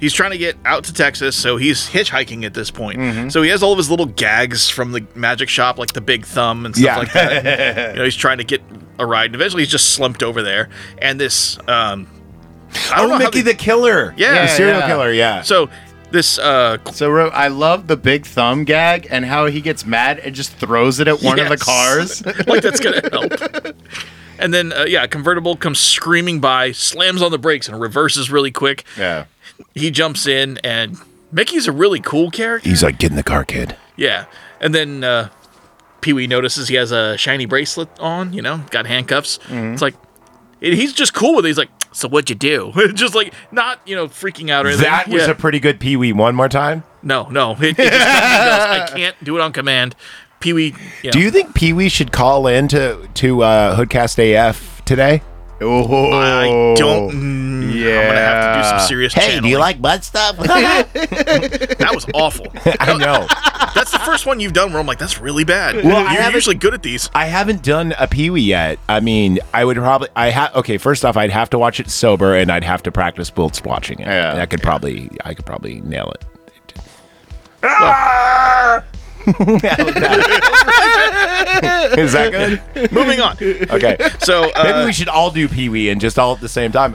he's trying to get out to Texas, so he's hitchhiking at this point. So he has all of his little gags from the magic shop, like the big thumb and stuff
Yeah.
like that. you know, he's trying to get a ride, and eventually he's just slumped over there. And this, um, I don't know
Oh,
how
Mickey
they-
the killer.
Yeah,
The serial
yeah.
killer. Yeah.
so this uh, qu-
So Ro- I love the big thumb gag and how he gets mad and just throws it at one of
Yes.
the cars.
like that's gonna help. And then, uh, yeah, convertible comes screaming by, slams on the brakes, and reverses really quick.
yeah.
He jumps in, and Mickey's a really cool character.
He's like, get in the car, kid.
Yeah, and then uh, Pee Wee notices he has a shiny bracelet on. You know, got handcuffs.
Mm-hmm.
It's like it, he's just cool with it. He's like, "So what'd you do?" just like not you know freaking out or anything.
That was
Yeah.
a pretty good Pee Wee. One more time.
no, no. It, it just I can't do it on command. Pee Wee.
Do you think Pee Wee should call in to to uh, Hoodcast AF today?
Oh,
I don't. mm, I'm gonna have to do some serious.
Uh, Hey, do you
channeling.
like butt stuff?
that was awful.
I know.
That's the first one you've done where I'm like, that's really bad.
Well, I
You're
haven't-
usually good at these.
I haven't done a Pee Wee yet. I mean, I would probably. I have. Okay, first off, I'd have to watch it sober, and I'd have to practice blitz watching it. Yeah, I could probably. I could probably nail it.
Ah!
Is that good?
Moving on.
Okay.
So uh,
Maybe we should all do Pee Wee and just all at the same time,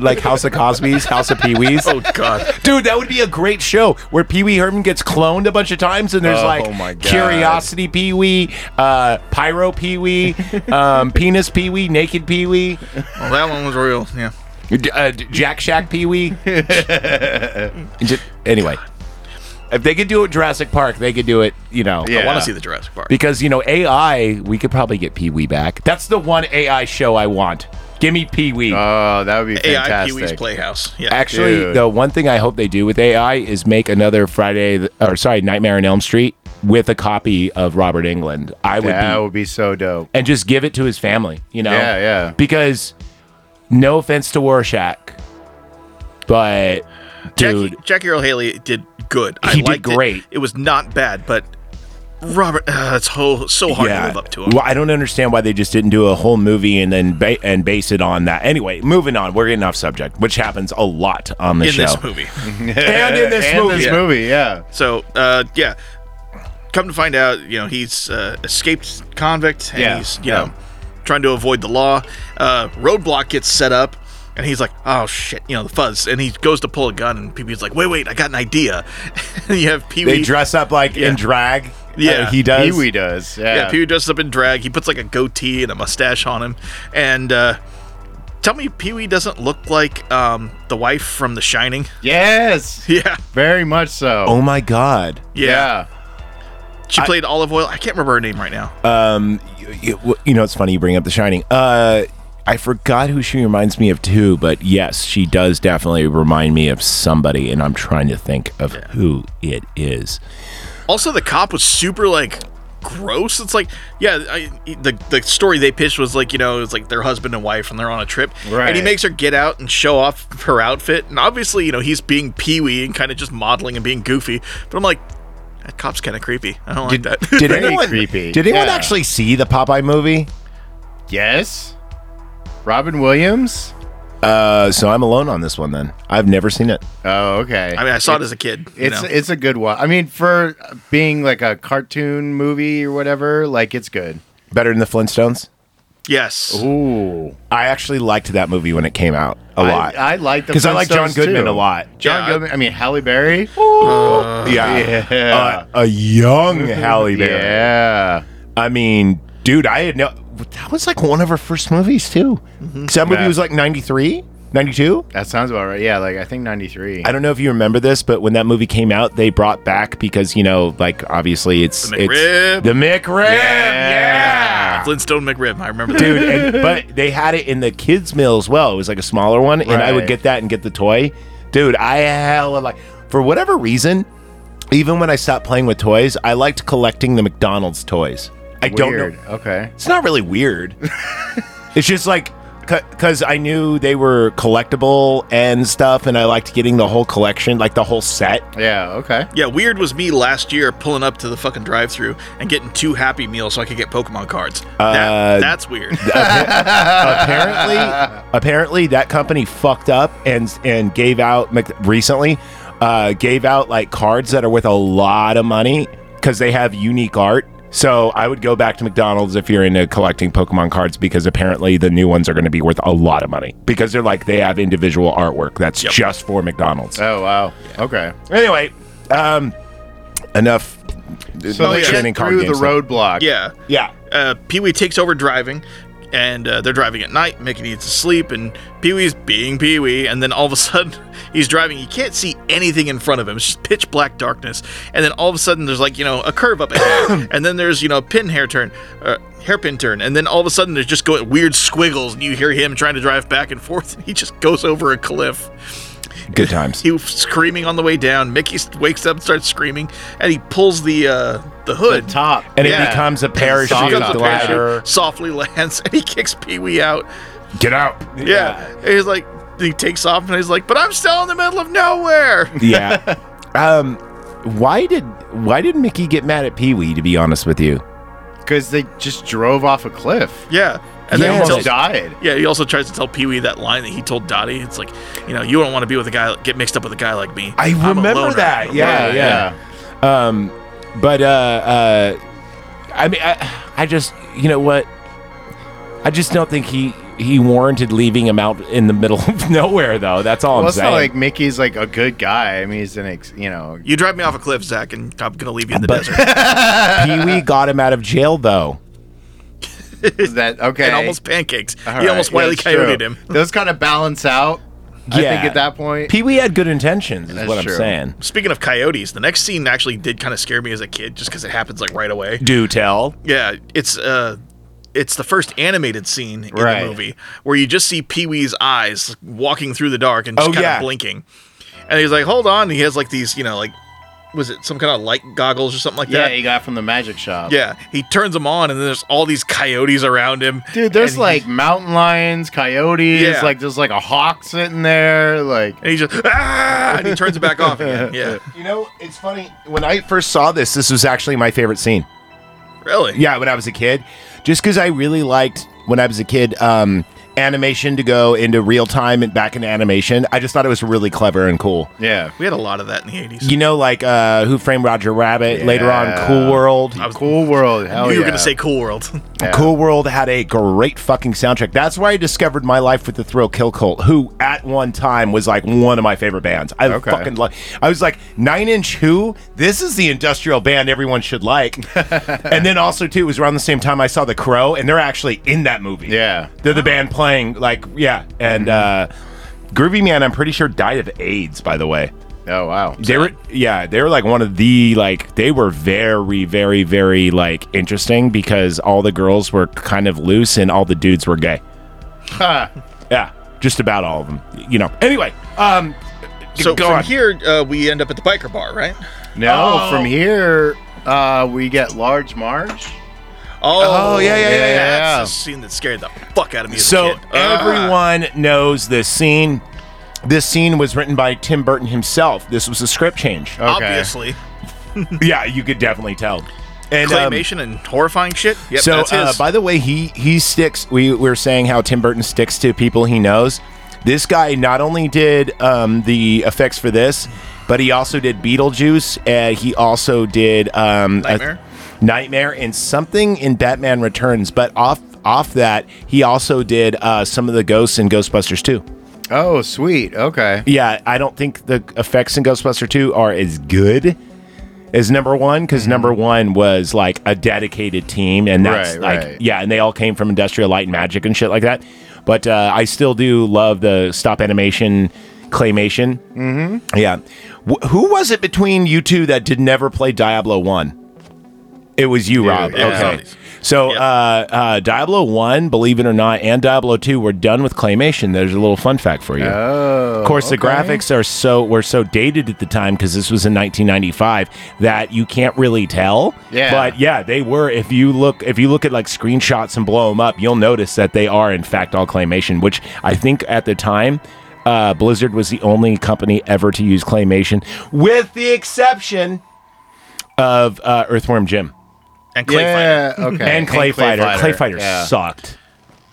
like House of Cosby's, House of Pee Wee's.
Oh God.
Dude, that would be a great show where Pee Wee Herman gets cloned a bunch of times, and there's
Oh,
like
my God.
Curiosity Pee Wee, uh, Pyro Pee Wee, um, Penis Pee Wee, Naked Pee Wee,
Well, that one was real. Yeah.
d- uh, d- Jack Shack Pee Wee. Just- anyway, if they could do it Jurassic Park, they could do it. You know,
I want
Yeah.
to see the Jurassic Park.
because you know AI, we could probably get Pee Wee back. That's the one AI show I want. Give me Pee Wee.
Oh, that would be
AI Pee Wee's
fantastic.
Playhouse. Yeah.
Actually,
Dude.
the one thing I hope they do with AI is make another Friday or sorry, Nightmare on Elm Street with a copy of Robert England. I would
That
be
would be so dope.
and just give it to his family, you know?
Yeah, yeah.
Because no offense to Rorschach, but dude,
Jackie, Jackie Earl Haley did good. I
He did
liked it.
great.
It. was not bad, but Robert, uh, it's so so hard to live up to him.
Well, I don't understand why they just didn't do a whole movie and then ba- and base it on that. Anyway, moving on. We're getting off subject, which happens a lot on the
in
show. Mm-hmm.
this movie.
And in this
And
movie.
this
Yeah.
movie, yeah.
So, uh, yeah. Come to find out, you know, he's uh, escaped convict and
Yeah,
he's, you know, trying to avoid the law. Uh, roadblock gets set up and he's like, oh shit, you know, the fuzz. And he goes to pull a gun and Pee Wee's like, wait, wait, I got an idea. and you have Pee
They
Wee.
dress up like
Yeah.
in drag.
Yeah.
Uh, he does.
Pee Wee does. Yeah.
yeah, Pee Wee dresses up in drag. He puts like a goatee and a mustache on him. And uh, tell me Pee Wee doesn't look like um, the wife from The Shining.
Yes.
Yeah.
Very much so.
Oh my god.
Yeah. She played Olive Oil. I can't remember her name right now.
You, you- you know, it's funny you bring up The Shining. Uh, I forgot who she reminds me of too, but yes, she does definitely remind me of somebody, and I'm trying to think of who it is.
Also, the cop was super like gross. It's like, yeah, I, the the story they pitched was like, you know, it's like their husband and wife, and they're on a trip, and he
Right.
makes her get out and show off her outfit, and obviously, you know, he's being pee wee and kind of just modeling and being goofy. But I'm like, that cop's kind of creepy. I don't like that.
Did
Very
anyone
creepy.
Did anyone
Yeah.
actually see the Popeye movie?
Yes. Robin Williams?
Uh, so I'm alone on this one. Then I've never seen it.
Oh, okay.
I mean, I saw it as a kid. you
it's
know.
it's a good one. I mean, for being like a cartoon movie or whatever, like it's good.
Better than the Flintstones.
yes.
Ooh,
I actually liked that movie when it came out a lot.
I, I like the
because I like John
Flintstones,
Goodman
too.
a lot.
John
Yeah, I-
Goodman. I mean, Halle Berry. Oh,
yeah,
yeah.
Uh, a young Halle Berry.
yeah.
I mean, dude, I had no. That was like one of her first movies too. 'Cause That movie
Yeah.
was like 93, 92.
That sounds about right. Yeah, like I think ninety three.
I don't know if you remember this, but when that movie came out, they brought back because you know, like obviously it's
The McRib.
it's the McRib, yeah.
Flintstone McRib. I remember that.
dude. And, but they had it in the kids' meal as well. It was like a smaller one, and I would
Right.
get that and get the toy, dude. I hella like for whatever reason, even when I stopped playing with toys, I liked collecting the McDonald's toys. I don't know.
Okay.
It's not really weird. it's just like because I knew they were collectible and stuff, and I liked getting the whole collection, like the whole set.
Yeah. Okay.
Yeah, weird was me last year pulling up to the fucking drive-through and getting two Happy Meals so I could get Pokemon cards.
Uh,
That, that's weird.
apparently, apparently that company fucked up and and gave out Mc- recently uh, gave out like cards that are worth a lot of money because they have unique art. So I would go back to McDonald's if you're into collecting Pokemon cards because apparently the new ones are going to be worth a lot of money because they're like they have individual artwork that's
Yep.
just for McDonald's.
Oh wow. Okay.
Anyway, um, enough.
So they
training
get
card
through
game
the
stuff.
roadblock.
yeah.
Yeah.
uh, Pee Wee takes over driving, and uh, they're driving at night. Mickey needs to sleep, and Pee Wee's being Pee Wee, and then all of a sudden he's driving. You can't see anything in front of him. It's just pitch black darkness, and then all of a sudden there's like you know a curve up ahead, and then there's you know a pin hair turn, uh, hairpin turn, and then all of a sudden there's just going weird squiggles, and you hear him trying to drive back and forth, and he just goes over a cliff.
Good times.
He was screaming on the way down. Mickey s- wakes up and starts screaming, and he pulls the uh, the hood
top,
And it becomes a parachute,
becomes a
glider.
parachute, softly lands, and he kicks Pee Wee out.
Get out!
Yeah. And he's like, he takes off, and he's like, but I'm still in the middle of nowhere.
Yeah. um, why did why did Mickey get mad at Pee Wee? To be honest with you,
because they just drove off a cliff.
Yeah.
And they
he
almost
tells-
died.
Yeah, he also tries to tell Pee Wee that line that he told Dottie. It's like, you know, you don't want to be with a guy, get mixed up with a guy like me.
I
I'm a
remember
loner.
that.
I'm a
Yeah,
loner."
yeah. Um, but uh, uh, I mean, I, I just you know what? I just don't think he he warranted leaving him out in the middle of nowhere, though. That's all
well,
I'm
it's not
saying.
like Mickey's like a good guy. I mean, he's an ex, you know.
You drive me off a cliff, Zach, and I'm going to leave you in the
But- Pee
desert.
Wee got him out of jail, though.
Is that okay?
And almost pancakes.
All
he
right,
almost
yeah,
wily
it's
coyoted
true.
him.
Those kind of balance out. I think at that point.
Pee Wee had good intentions, is
That's
what I'm
true.
saying.
Speaking of coyotes, the next scene actually did kind of scare me as a kid, just because it happens like right away.
Do tell.
Yeah, it's uh, it's the first animated scene in
Right.
the movie where you just see Pee Wee's eyes walking through the dark and just
Oh,
kind
yeah.
of blinking, and he's like, "Hold on," and he has like these, you know, like was it some kind of light goggles or something like
Yeah,
that?
he got from the magic shop.
Yeah, he turns them on, and then there's all these coyotes around him.
Dude, there's
and he-
like mountain lions, coyotes,
Yeah.
like there's like a hawk sitting there, like
and he just ah, and he turns it back off again. Yeah,
You know, it's funny. When I first saw this, this was actually my favorite scene.
really.
Yeah, when I was a kid, just because I really liked when I was a kid um, animation to go into real time and back into animation. I just thought it was really clever and cool.
yeah.
We had a lot of that in the 80s.
You know, like uh, Who Framed Roger Rabbit. Later on,
Yeah.
Cool World.
I was-
Cool world.
I
Hell
knew you were
oh, yeah.
going to say Cool World.
Yeah.
Cool World had a great fucking soundtrack. That's where I discovered my life with the Thrill Kill Cult, who at one time was like one of my favorite bands. I
Okay.
fucking love. I was like Nine Inch Who. This is the industrial band everyone should like. and then also too it was around the same time I saw The Crow, and they're actually in that movie.
Yeah. Mm-hmm.
they're the band playing like yeah, and uh, Groovy Man. I'm pretty sure died of AIDS. By the way.
Oh wow.
They were yeah, they were like one of the like they were very very very like interesting because all the girls were kind of loose and all the dudes were gay. Yeah, just about all of them. You know. Anyway, um
so
go
from oh.
on.
here, uh, we end up at the biker bar, right?
No, from here uh we get large march.
Oh,
yeah, yeah, yeah, yeah.
That's the scene that scared the fuck out of me. As
So
a kid. Uh,
everyone knows this scene. This scene was written by Tim Burton himself. This was a script change.
Oh.
Ah, obviously
Yeah, you could definitely tell. And um,
claymation and horrifying shit. Yep,
so,
that's his.
uh, by the way, he he sticks. We, we were saying how Tim Burton sticks to people he knows. This guy not only did um, the effects for this, but he also did Beetlejuice. And he also did um, a-
Nightmare?
Nightmare, and something in Batman Returns. But off off that, he also did uh, some of the ghosts in Ghostbusters 2.
Oh, sweet. Okay.
Yeah, I don't think the effects in Ghostbuster 2 are as good as number one because
Mm-hmm.
number one was like a dedicated team, and that's
Right,
like,
right.
yeah, and they all came from Industrial Light and Magic and shit like that. But uh, I still do love the stop animation claymation. Mm-hmm. Yeah. Wh- who was it between you two that did never play Diablo 1? It was you, Rob.
yeah.
Okay.
Zombies.
So,
Yeah.
uh, uh, Diablo 1, believe it or not, and Diablo 2 were done with claymation. There's a little fun fact for you.
Oh.
Of course, the
okay.
graphics are so were so dated at the time because this was in 1995 that you can't really tell.
Yeah.
But yeah, they were. If you look, if you look at like screenshots and blow them up, you'll notice that they are in fact all claymation. Which I think at the time, uh, Blizzard was the only company ever to use claymation, with the exception of uh, Earthworm Jim
and Clay
Yeah, okay.
and Clay, Fighter. Clay Fighter
yeah.
sucked.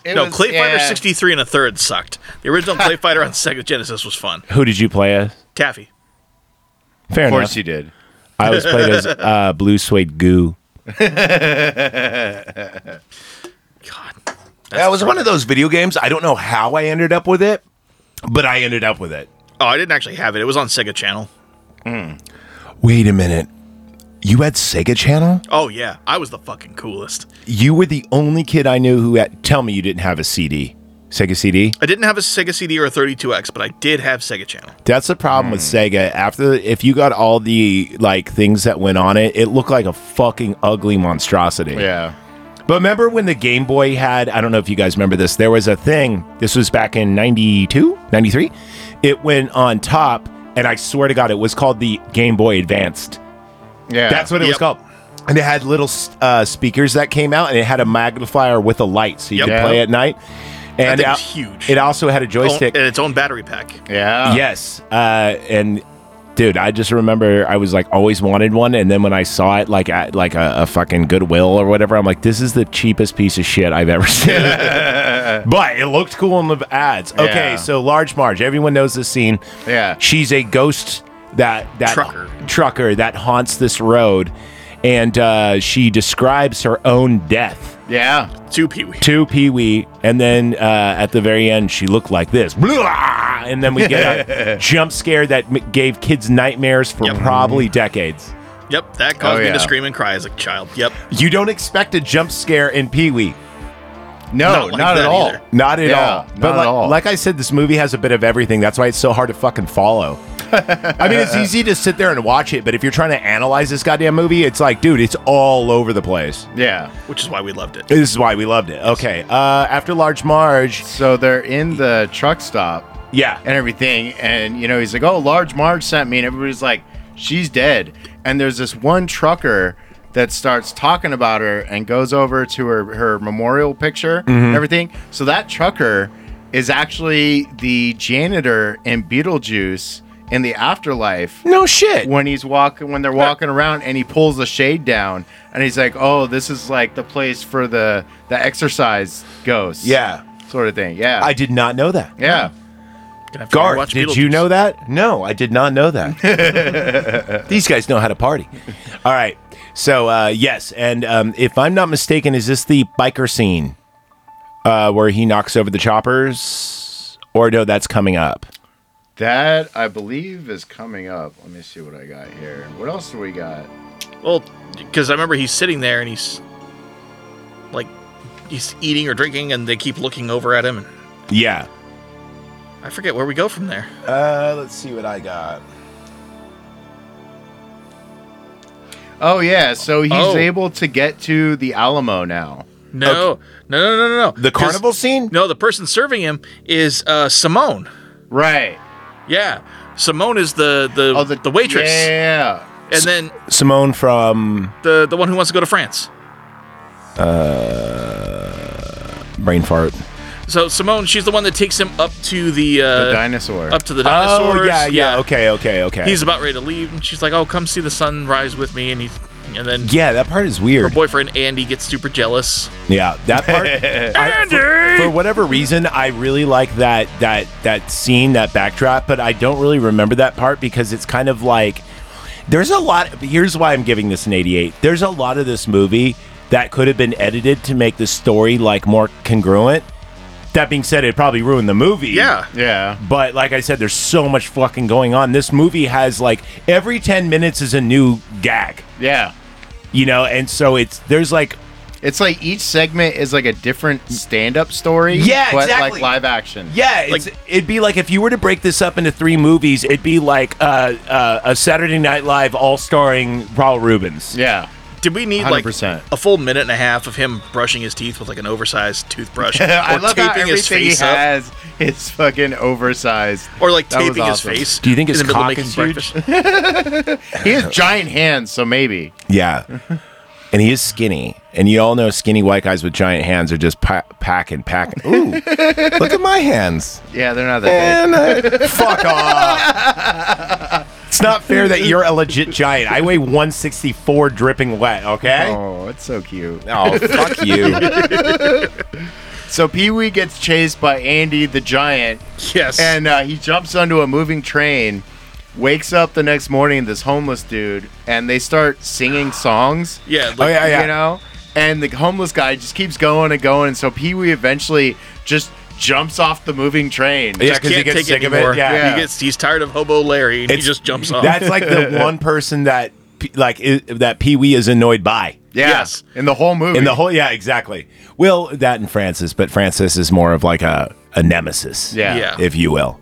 It
Fighter. No,
was-
Clay Fighter
yeah.
63 and a third sucked. The original Clay Fighter on Sega Genesis was fun.
Who did you play as?
Taffy.
Fair
Of
enough.
course you did.
I always played as uh, Blue Suede Goo.
God. Oh,
That was one of those video games. I don't know how I ended up with it, but I ended up with it.
Oh, I didn't actually have it. It was on Sega Channel.
Wait a minute. You had Sega Channel?
Oh yeah, I was the fucking coolest.
You were the only kid I knew who had. Tell me you didn't have a CD. Sega CD?
I didn't have a Sega CD or a 32X, but I did have Sega Channel.
That's the problem with Sega. After, if you got all the like things that went on it, it looked like a fucking ugly monstrosity.
Yeah.
But remember when the Game Boy had, I don't know if you guys remember this, there was a thing, this was back in 92, 93. It went on top, and I swear to God, it was called the Game Boy Advanced.
Yeah.
That's what it was
Yep.
called. and it had little uh, speakers that came out, and it had a magnifier with a light, so you
Yep.
could play at night. And
thing
it
was
al-
huge.
It also had a joystick.
Own- and its own battery pack.
Yeah.
Yes. Uh, and dude, I just remember I was like always wanted one, and then when I saw it like at like a, a fucking Goodwill or whatever, I'm like, this is the cheapest piece of shit I've ever seen. but it looked cool in the ads. Okay,
Yeah.
so Large Marge, everyone knows this scene.
Yeah.
She's a ghost that that
Trucker.
trucker that haunts this road, and uh, she describes her own death
Yeah.
Two Pee Wee.
to Pee Wee, and then uh, at the very end, she looked like this. Blah! And then we get a jump scare that m- gave kids nightmares for
Yep.
probably decades.
Yep, that caused
Oh,
me
yeah.
to scream and cry as a child. Yep.
You don't expect a jump scare in Pee Wee.
Not
No, not,
like
at
that
all.
either.
Not at
Yeah,
all.
not
but
at
like,
all.
like I said, this movie has a bit of everything. That's why it's so hard to fucking follow. I mean, it's easy to sit there and watch it, but if you're trying to analyze this goddamn movie, it's like, dude, it's all over the place.
Yeah.
Which is why we loved it.
This is why we loved it. Okay. Uh, after Large Marge,
So they're in the truck stop
yeah.
and everything, and you know he's like, "Oh, Large Marge sent me," and everybody's like, "She's dead." And there's this one trucker that starts talking about her and goes over to her her memorial picture
Mm-hmm.
and everything. So that trucker is actually the janitor in Beetlejuice in the afterlife.
No shit.
when he's walking when they're walking around and he pulls the shade down and he's like oh this is like the place for the the exercise ghosts
Yeah.
sort of thing yeah
I did not know that.
yeah
Gonna have to
Garth,
rewatch
did you
Beetlejuice.
know that? No, I did not know that. These guys know how to party. All right. So, uh, yes. And um, if I'm not mistaken, is this the biker scene uh, where he knocks over the choppers? Or no, that's coming up.
that i believe is coming up let me see what i got here what else do we got
Well, because I remember he's sitting there and he's like he's eating or drinking, and they keep looking over at him. And
Yeah.
I forget where we go from there.
Uh, let's see what I got.
oh yeah so he's
Oh.
able to get to the alamo now
No, no, no, no, no, no.
The
'Cause-
carnival scene?
No, the person serving him is uh, Simone.
right Oh,
Yeah, Simone is the the the, waitress,
yeah
and then
Simone from
the the one who wants to go to France.
Brain Fart.
So Simone, she's the one that takes him up to the, uh,
the dinosaur
up to the dinosaurs.
Oh, yeah, yeah. Okay, okay, okay.
He's about ready to leave, and she's like, "Oh, come see the sunrise with me," and he's and then
yeah, that part is
her
weird.
boyfriend Andy gets super jealous.
Yeah, that part. I- for, for whatever reason, I really like that that that scene, that backdrop, but I don't really remember that part because it's kind of like there's a lot. Here's why I'm giving this an 88. There's a lot of this movie that could have been edited to make the story like more congruent. That being said, it probably ruined the movie.
Yeah,
yeah
But like I said, there's so much fucking going on. This movie has like every 10 minutes is a new gag,
yeah
you know, and so it's there's like
It's like each segment is like a different stand-up story.
Yeah,
but
exactly.
like live action.
Yeah, it's, it'd be like if you were to break this up into three movies, it'd be like uh, uh, a Saturday Night Live all starring Raul Rubens.
Yeah.
did we need like
100%.
a full minute and a half of him brushing his teeth with like an oversized toothbrush, or
I love how
taping his
everything he
face up,
has is fucking oversized.
or like
That was
taping
awesome.
his face?
Do you think
in
his
the middle
cock
of making
is huge?
breakfast.
He has giant hands, so maybe.
Yeah. And he is skinny. And you all know skinny white guys with giant hands are just pa- packing, packing. Ooh, look at my hands. uh,
Yeah, they're not
Eh.
that big.
Fuck off. It's not fair that you're a legit giant. I weigh 164 dripping wet, okay?
Oh, it's so cute.
Oh, fuck you.
So Pee Wee gets chased by Andy the giant,
yes,
and uh, he jumps onto a moving train. Wakes up the next morning, this homeless dude, and they start singing songs.
yeah, like,
Oh, yeah, yeah.
you know and the homeless guy just keeps going and going and so pee-wee eventually just jumps off the moving train
Yeah,
just
'cause he
can't
gets
take
sick
it
of it.
anymore.
Yeah.
Yeah.
he gets he's tired of hobo Larry, and he
It's-
just jumps off.
That's like the one person that P- like i that Pee Wee is annoyed by.
yeah
Yes.
in the whole movie
In the whole, yeah, exactly. Well, that and Francis, but Francis is more of like a, a nemesis,
yeah,
Yeah.
if you will.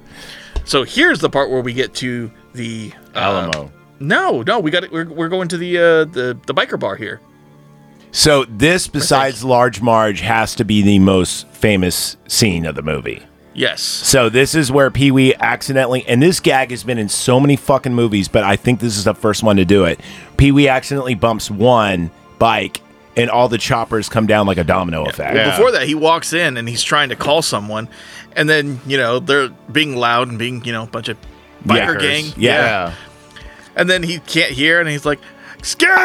so here's the part where we get to the uh,
alamo
No, no, we got it. We're, we're going to the uh, the the biker bar here.
So this, besides Large Marge, has to be the most famous scene of the movie.
Yes,
So this is where Pee Wee accidentally, and this gag has been in so many fucking movies, but I think this is the first one to do it, Pee Wee accidentally bumps one bike, and all the choppers come down like a domino effect.
Well, before that, he walks in and he's trying to call someone, and then you know they're being loud and being you know a bunch of biker
Yackers.
gang.
Yeah.
Oh,
And then he can't hear, and he's like, "Excuse me,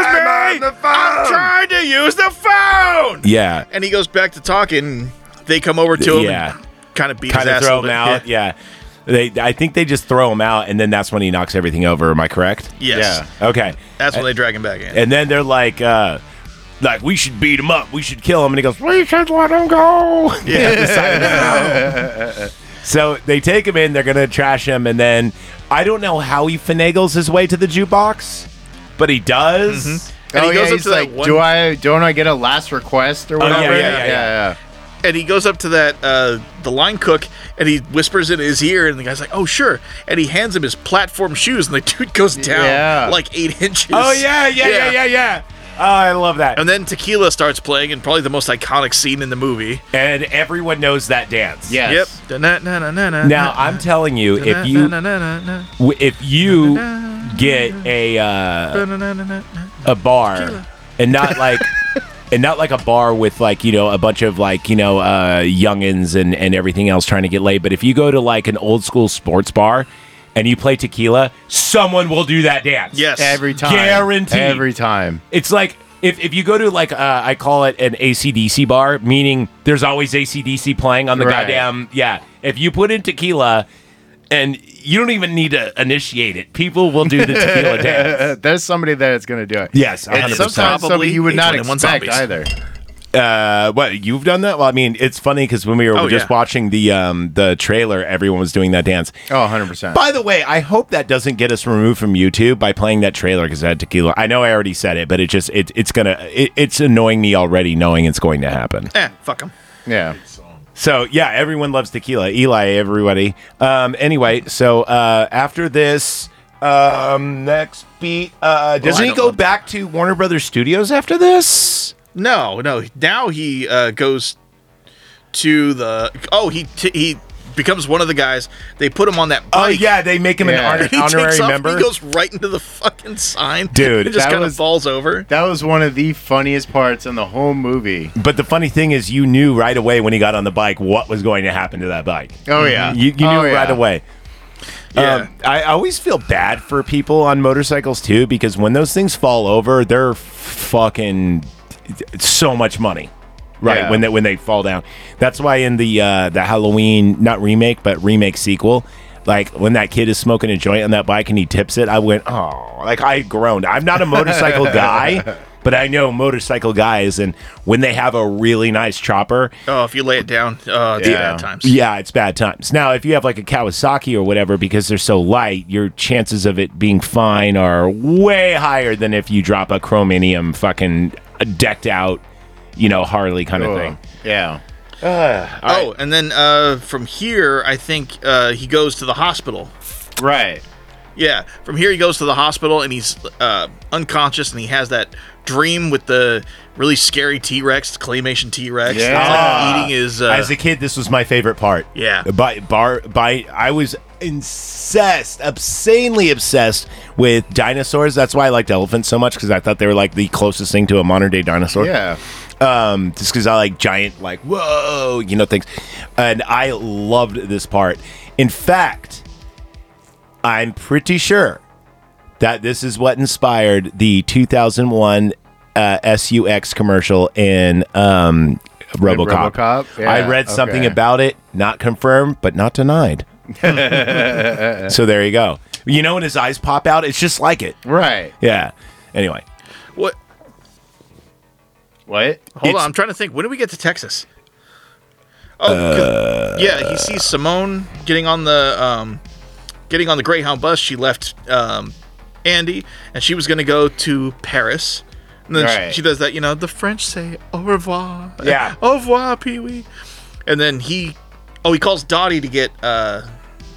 I'm trying to use the phone."
Yeah.
And he goes back to talking. They come over to him.
Yeah.
Kind of beat
Kind
his
of
ass a
throw
little
him
bit.
out. Yeah. They, I think they just throw him out, and then that's when he knocks everything over. Am I correct?
Yes.
Yeah. Okay.
That's when they drag him back in.
And then they're like, uh, like we should beat him up. We should kill him. And he goes, we should let him go.
Yeah.
So they take him in, they're gonna trash him, and then I don't know how he finagles his way to the jukebox, but he does.
Mm-hmm.
oh, yeah, he's like, do I don't I get a last request or
Oh, yeah,
whatever?
yeah, yeah, yeah.
And he goes up to that uh, the line cook, and he whispers in his ear, and the guy's like, "Oh, sure." And he hands him his platform shoes, and the dude goes down
Yeah.
like eight inches.
Oh yeah, yeah, yeah, yeah, yeah. Oh, I love that.
And then Tequila starts playing, and probably the most iconic scene in the movie.
And everyone knows that dance.
Yep. Da-na-na-na-na-na.
Now I'm telling you, if you
Da-na-na-na-na.
w- if you get a uh,
Da-na-na-na-na.
a bar and not like and not like a bar with like you know a bunch of like you know uh youngins and and everything else trying to get laid but if you go to like an old school sports bar and you play tequila someone will do that dance
Every time.
guaranteed
Every time.
it's like if, if you go to like uh, I call it an ACDC bar, meaning there's always ACDC playing on the
Right.
goddamn yeah. If you put in tequila, and you don't even need to initiate it, people will do the tequila dance.
Uh, There's somebody there that's gonna do it.
Yes,
and
100%.
sometimes somebody you would not expect either.
Uh, what you've done that? Well, I mean, it's funny because when we were
Oh,
just
yeah.
watching the um the trailer, everyone was doing that dance.
Oh, 100 percent.
By the way, I hope that doesn't get us removed from YouTube by playing that trailer because I had tequila. I know I already said it, but it just it, it's gonna it, it's annoying me already knowing it's going to happen.
Eh, fuck him.
Yeah.
So yeah, everyone loves tequila. Eli, everybody. Um, anyway, so uh, after this, um, next beat. Uh, doesn't
I
he
don't
go
love-
back to Warner Brothers Studios after this?
No, no. Now he uh, goes to the. Oh, he t- he becomes one of the guys. They put him on that. Bike.
Oh, yeah, they make him an honor-
He
honorary
takes off,
member.
He goes right into the fucking sign,
Dude,
It just
that
kind of
was-
falls over.
That was one of the funniest parts in the whole movie.
But the funny thing is, you knew right away when he got on the bike what was going to happen to that bike.
Oh, yeah.
you, you knew
Oh,
right
yeah.
away.
Yeah.
Um, I always feel bad for people on motorcycles too, because when those things fall over, they're fucking so much money, right?
Yeah.
When they when they fall down, that's why in the uh, the Halloween not remake but remake sequel, like when that kid is smoking a joint on that bike and he tips it, I went oh, like I groaned. I'm not a motorcycle guy, but I know motorcycle guys, and when they have a really nice chopper,
Oh, if you lay it down, uh, it's bad times.
yeah, it's bad times. Now, if you have like a Kawasaki or whatever, because they're so light, your chances of it being fine are way higher than if you drop a chromium fucking decked out, you know, Harley kind of thing.
Yeah.
oh, and then uh, from here, I think uh, he goes to the hospital.
Right.
Yeah, from here he goes to the hospital and he's uh, unconscious and he has that dream with the really scary T Rex, claymation T Rex.
Ah.
eating his. Uh,
As a kid, this was my favorite part.
Yeah.
By bar by I was obsessed, insanely obsessed with dinosaurs. That's why I liked elephants so much because I thought they were like the closest thing to a modern day dinosaur.
Yeah.
Um, just because I like giant, like whoa, you know things, and I loved this part. In fact, I'm pretty sure that this is what inspired the 2001 uh, SUX commercial in um, RoboCop.
RoboCop?
I
Yeah,
read something
okay.
about it, not confirmed, but not denied. so there you go. You know when his eyes pop out, it's just like it.
Right.
Yeah. Anyway,
what?
What?
Hold
It's-
on, I'm trying to think. When do we get to Texas? Oh, 'cause- yeah, he sees Simone getting on the um, getting on the Greyhound bus. She left um, Andy, and she was going to go to Paris. And then she-
Right.
she, does that, you know, the French say au revoir.
Yeah.
au revoir, Pee Wee. And then he, oh, he calls Dottie to get uh,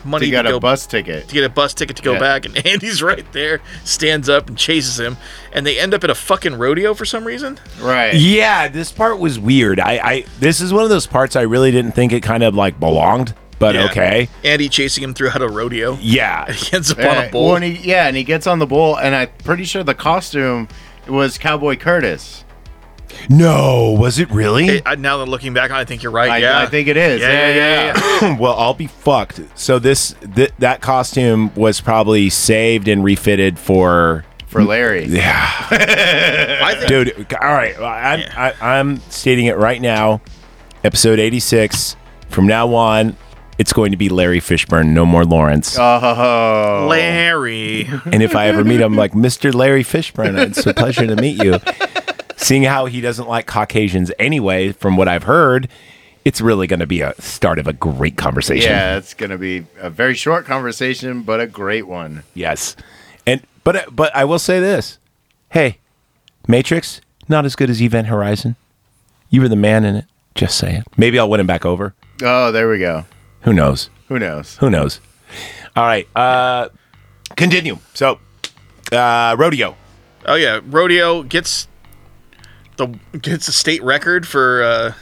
money
He
to,
got
go
a bus ticket.
to get a bus ticket to go
Yeah.
back, and Andy's right there, stands up and chases him, and they end up at a fucking rodeo for some reason.
Right.
Yeah, this part was weird. I, I this is one of those parts I really didn't think it kind of like belonged, but okay.
Andy chasing him throughout a rodeo.
Yeah.
He ends up on a
Yeah,
bull.
well, and he- yeah, and he gets on the bull, and I'm pretty sure the costume was Cowboy Curtis.
No, was it really?
It- I- now that looking back, I think you're right.
I-
yeah,
I think it is. Yeah, yeah,
well, I'll be fucked. So this th- that costume was probably saved and refitted for
for Larry.
Yeah,
I think
dude. All right, well, I'm I, I'm stating it right now. Episode 86. From now on, it's going to be Larry Fishburne, no more Lawrence.
Oh,
Larry.
and if I ever meet him, I'm like Mr. Larry Fishburne. It's a pleasure to meet you. Seeing how he doesn't like Caucasians anyway, from what I've heard, it's really going to be a start of a great conversation.
yeah, it's gonna be a very short conversation, but a great one.
Yes. And but but I will say this. Hey, Matrix, not as good as Event Horizon. You were the man in it. Just saying. Maybe I'll win him back over.
Oh, there we go.
Who knows?
Who knows?
Who knows? All right. Uh continue. So uh rodeo.
Oh yeah, rodeo gets the gets a state record for. Uh,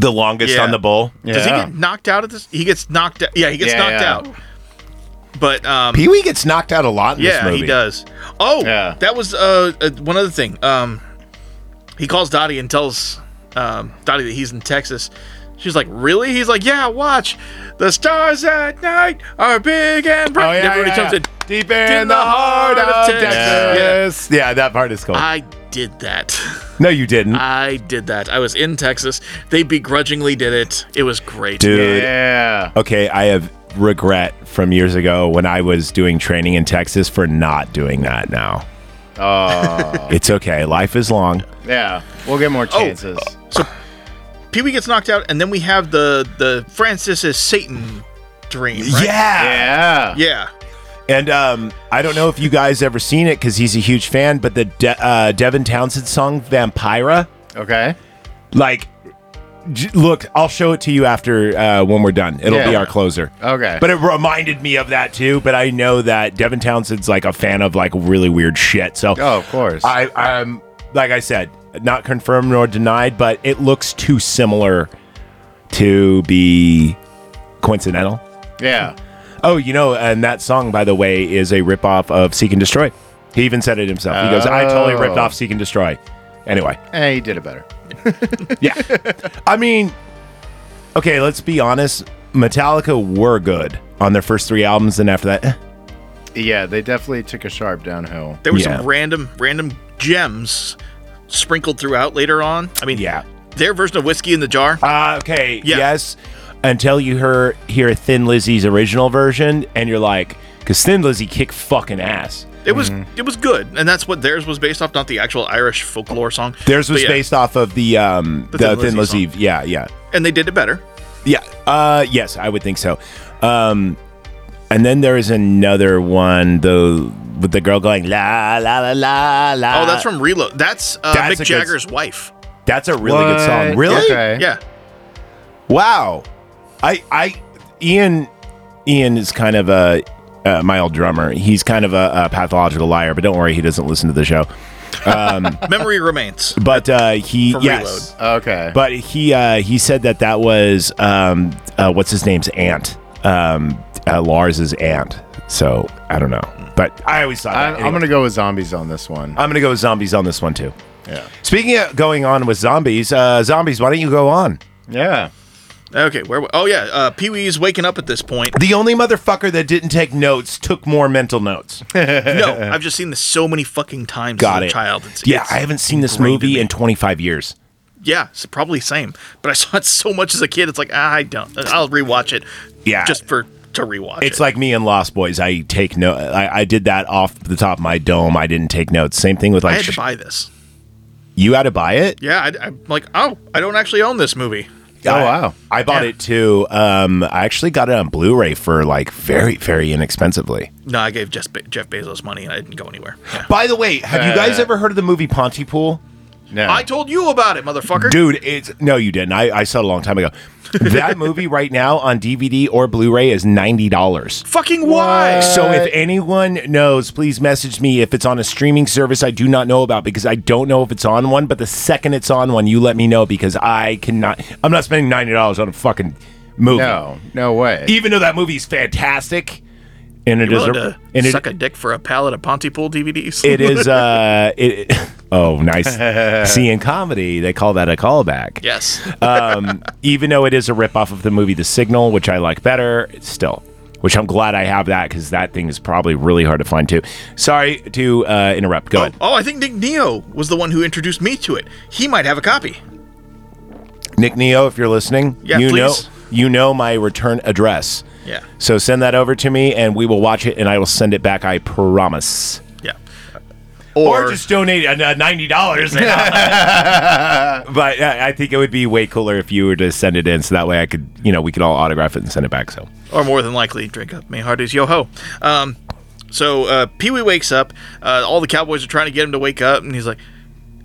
The longest
Yeah.
on the bull.
Does he get knocked out at this? He gets knocked out. Yeah, he gets
Yeah,
knocked
yeah.
out. But um,
Pee Wee gets knocked out a lot in this
yeah,
movie.
he does. Oh,
Yeah.
that was uh, uh one other thing. Um, he calls Dottie and tells um, Dottie that he's in Texas. She's like, "Really?" He's like, "Yeah, watch. The stars at night are big and
Oh,
bright." And everybody jumps in.
Deep in, the heart of Texas. Yes. Yeah, that part is cool.
I did that.
no, you didn't.
I did that. I was in Texas. They begrudgingly did it. It was great.
Dude.
Yeah.
Okay, I have regret from years ago when I was doing training in Texas for not doing that now.
Oh,
It's okay. Life is long.
yeah. We'll get
Oh,
more chances.
uh,
Pee Wee gets knocked out, and then we have the the Francis is Satan dream. right?
Yeah.
yeah.
Yeah.
And um, I don't know if you guys ever seen it because he's a huge fan, but the De- uh, Devin Townsend song Vampira,
Okay.
like, j- look, I'll show it to you after uh, when we're done. It'll be
Yeah.
our closer.
Okay.
But it reminded me of that too. But I know that Devin Townsend's like a fan of like really weird shit. So
oh, of course.
I, I'm like I said, not confirmed nor denied, but it looks too similar to be coincidental.
yeah.
Oh, you know, and that song, by the way, is a ripoff of Seek and Destroy. He even said it himself. He goes, "I totally ripped
Oh.
off Seek and Destroy." Anyway,
Hey, you did it better.
yeah, I mean, okay, let's be honest. Metallica were good on their first three albums, and after that, eh.
Yeah, they definitely took a sharp downhill.
There were
Yeah.
some random random gems sprinkled throughout later on. I mean,
Yeah.
their version of whiskey in the jar.
Uh, okay.
Yeah.
Yes. Until you hear hear Thin Lizzy's original version, and you're like, because Thin Lizzy kicked fucking ass.
It was
Mm-hmm.
it was good, and that's what theirs was based off, not the actual Irish folklore song.
Theirs
But
was
yeah,
based off of the um
The
the,
Thin
Thin,
Lizzy
Lizzy. Yeah, yeah,
and they did it better.
yeah. Uh, yes, I would think so. Um, and then there is another one though with the girl going la la la la la.
oh, that's from Reload. That's, uh,
that's a good
Mick Jagger's wife.
That's a really good song.
What?
Really?
Okay.
Yeah,
Wow. I I Ian Ian is kind of a, uh my old drummer. He's kind of a, a pathological liar, but don't worry, he doesn't listen to the show.
memory remains.
But uh, he
From
yes,
Okay.
but he uh, he said that that was um, uh, what's his name's aunt, um, uh, Lars's aunt. So I don't know, but I always thought
I,
that.
I'm gonna go with zombies on this one.
I'm gonna go with zombies on this one too.
Yeah.
Speaking of going on with zombies, uh, zombies, why don't you go on?
Yeah.
Okay, where? Oh yeah, uh, Pee Wee's waking up at this point.
The only motherfucker that didn't take notes took more mental notes.
No, I've just seen this so many fucking times
Got
as a
it.
child. It's,
yeah,
it's-
I haven't seen this
ingrained in
movie
me.
in 25 years.
Yeah, it's probably same. But I saw it so much as a kid. It's like ah, I don't. I'll rewatch it.
Yeah.
just for to rewatch.
It's
it.
like me and Lost Boys. I take no. I, I did that off the top of my dome. I didn't take notes. Same thing with
I
like
had to
sh-
buy this.
you had to buy it.
Yeah, I, am like, oh, I don't actually own this movie.
Oh,
I-
wow.
I bought
Yeah.
it too. Um, I actually got it on Blu-ray for like very very inexpensively.
No, I gave Jeff, Be- Jeff Bezos money and I didn't go anywhere. Yeah.
By the way, have you guys
Uh.
ever heard of the movie Pontypool?
No.
I told you about it, motherfucker.
Dude, it's no, you didn't. I, I saw it a long time ago. that movie right now on DVD or Blu-ray is ninety dollars.
Fucking why?
So if anyone knows, please message me if it's on a streaming service I do not know about because I don't know if it's on one. But the second it's on one, you let me know because I cannot. I'm not spending ninety dollars on a fucking movie.
No, no way.
Even though that movie's fantastic, and it
You
is
willing
a,
to
and it-
suck a dick for a pallet of Pontypool DVDs?
it is uh it oh nice see in comedy they call that a callback
Yes.
um even though it is a ripoff of the movie the signal which i like better still which i'm glad i have that because that thing is probably really hard to find too sorry to uh interrupt go ahead
Oh, I think Nick Neo was the one who introduced me to it. He might have a copy.
nick neo if you're listening
Oh. Yeah,
you know
please.
you know my return address
Yeah.
so send that over to me and we will watch it and i will send it back i promise
Yeah.
or, just donate uh, ninety dollars. but uh, I I think it would be way cooler if you were to send it in, so that way I could, you know, we could all autograph it and send it back. So
or more than likely drink up May Hardy's Yo Ho. Um, so uh, Pee Wee wakes up. Uh, all the cowboys are trying to get him to wake up, and he's like,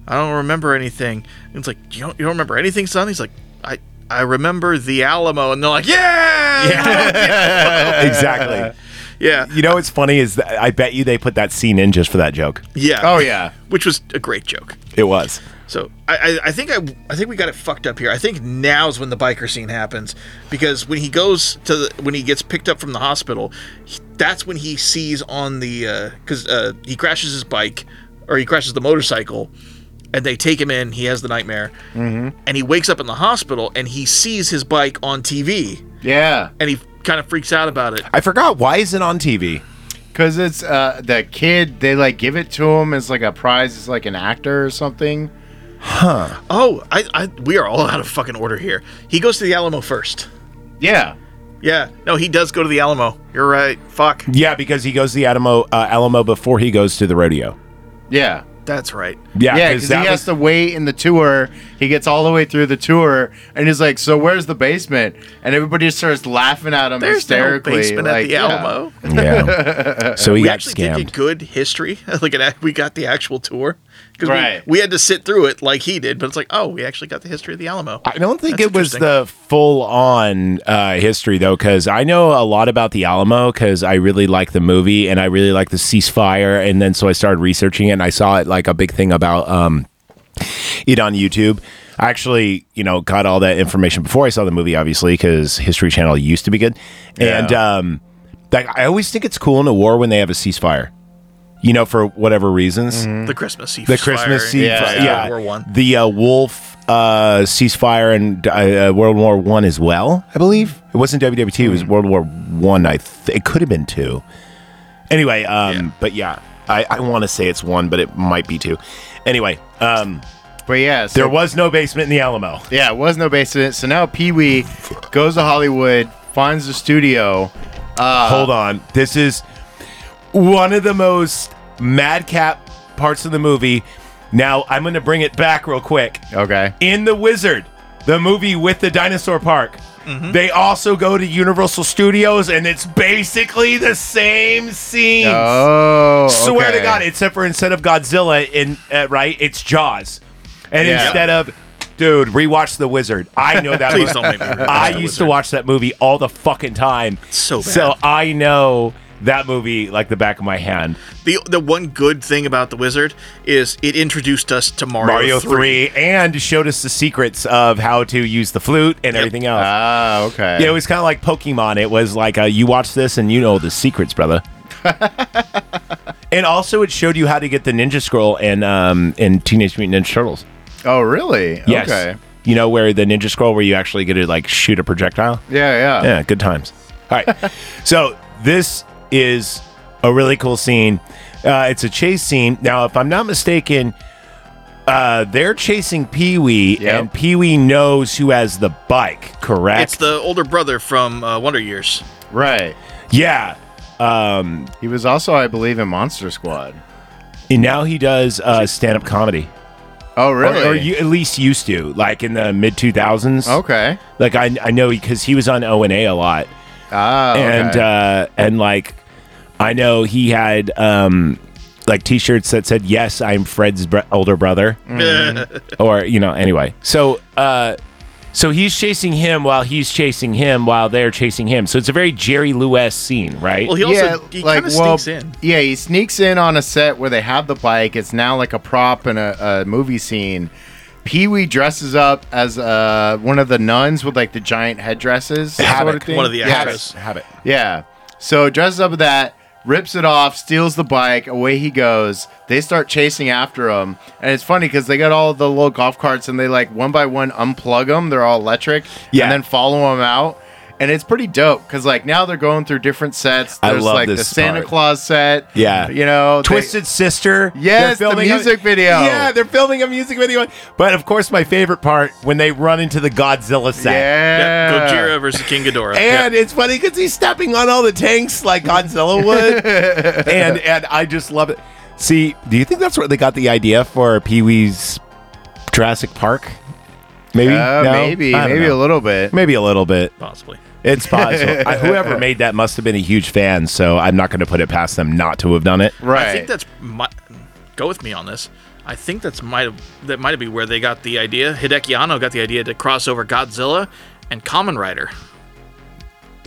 "I don't remember anything." And it's like, "You don't, you don't remember anything, son?" He's like, "I." I remember the Alamo, and they're like, "Yeah, yeah,
exactly.
yeah,
You know what's funny is that I bet you they put that scene in just for that joke.
yeah."
Oh, yeah.
which was a great joke.
It was.
So I, I, I think I, I think we got it fucked up here. I think now's when the biker scene happens because when he goes to the, when he gets picked up from the hospital, he- that's when he sees on the because uh, he crashes his bike or he crashes the motorcycle, and they take him in. He has the nightmare, and he wakes up in the hospital and he sees his bike on TV,
Yeah.
and he kind of freaks out about it.
I forgot why is it on TV?
Cause it's uh the kid they like give it to him as like a prize as like an actor or something.
Oh, I, I we are all out of fucking order here. He goes to the Alamo first.
Yeah.
Yeah, no, he does go to the Alamo. You're right. Fuck.
Yeah, because he goes to the Alamo uh, Alamo before he goes to the rodeo.
Yeah.
That's right.
Yeah,
Yeah, because he
that
has
was-
to wait in the tour. He gets all the way through the tour and he's like, So where's the basement? And everybody starts laughing at him
There's no
hysterically.
basement
like,
at the
yeah.
Alamo.
yeah. So he
We
got
actually did
scammed.
get good history. Like an, we got the actual tour because
Right.
we, we had to sit through it like he did. But it's like, oh, we actually got the history of the Alamo.
I don't think
That's
it was
interesting.
the full on uh, history though, because I know a lot about the Alamo because I really like the movie and I really like the ceasefire, and then so I started researching it and I saw it like a big thing about um, it on YouTube. I actually, you know, got all that information before I saw the movie, obviously, because History Channel used to be good, and um, like I always think it's cool in a war when they have a ceasefire, you know, for whatever reasons
the Christmas Eve.
the Christmas
Eve.
ceasefire,
Yeah,
yeah,
yeah. World War One.
the uh, Wolf uh, ceasefire and uh, uh, World War One as well. I believe it wasn't WWT; it was World War One. I, th- it could have been two. Anyway, um, but yeah, I, I want to say it's one, but it might be two. Anyway, um,
But yeah, so
there was no basement in the Alamo.
Yeah, it was no basement. So now Pee Wee goes to Hollywood, finds the studio.
Hold on, this is one of the most madcap parts of the movie. Now I'm going to bring it back real quick.
Okay.
in The Wizard, the movie with the dinosaur park.
Mm-hmm.
They also go to Universal Studios, and it's basically the same scenes.
Oh,
Swear to
okay.
God, except for instead of Godzilla, in uh, right, it's Jaws, and
Yeah.
instead of. Dude, rewatch The Wizard. I know that.
Please
movie.
don't make me rewatch
I
The
used to
Wizard.
watch that movie all the fucking time.
so bad.
So I know that movie like the back of my hand.
The the one good thing about the Wizard is it introduced us to Mario,
Mario three,
three.
and showed us the secrets of how to use the flute and everything else.
Ah, okay.
Yeah, it was kind of like Pokemon. It was like uh, you watch this and you know the secrets, brother. and also, it showed you how to get the Ninja Scroll and um in Teenage Mutant Ninja Turtles.
oh, really?
Yes.
Okay.
You know where the Ninja Scroll, where you actually get to like shoot a projectile.
Yeah, yeah.
Yeah, good times. All right. so this is a really cool scene. Uh, it's a chase scene. Now, if I'm not mistaken, uh, they're chasing Pee Wee,
Yep.
and Pee Wee knows who has the bike, correct?
It's the older brother from uh, Wonder Years.
Right.
yeah. Um,
He was also, I believe, in Monster Squad.
and now he does uh, stand up comedy.
Oh,
Or-
really?
Or, you, at least used to, like in the mid 2000s.
okay.
Like I, I know because he was on O and A a lot.
Ah, okay.
and uh, and like I know he had um, like T-shirts that said "Yes, I'm Fred's br- older brother,"
Mm.
or you know. Anyway, so uh, so he's chasing him while he's chasing him while they're chasing him. So it's a very Jerry Lewis scene, right?
Well, he also he kind of sneaks in.
Yeah, he sneaks in on a set where they have the bike. It's now like a prop in a, a movie scene. Pee Wee dresses up as uh, one of the nuns with like the giant headdresses. that
Havoc,
sort of thing.
one of the
Yes.
extras.
Habit.
Yeah. So dresses up with that, rips it off, steals the bike, away he goes. They start chasing after him. And it's funny because they got all the little golf carts and they like one by one unplug them. They're all electric.
Yeah.
And then follow him out. And it's pretty dope because like now they're going through different sets.
I
There's
love
like the
this
Santa
part.
Claus set.
Yeah.
You know, they-
Twisted Sister.
Yes,
They're
the
filming a-
music video.
Yeah, they're filming a music video. But of course, my favorite part when they run into the Godzilla set.
yeah.
Yep, Gojira versus King Ghidorah.
And it's funny because he's stepping on all the tanks like Godzilla would, and and I just love it. See, do you think that's where they got the idea for Pee Wee's Jurassic Park? Maybe,
Uh,
No?
Maybe,
I don't
maybe
know.
a little bit.
maybe a little bit.
possibly.
It's possible. I, whoever made that must have been a huge fan, so I'm not going to put it past them not to have done it.
Right.
I think that's my, go with me on this. I think that's might have that might have been where they got the idea. Hideki Anno got the idea to cross over Godzilla and Common Rider,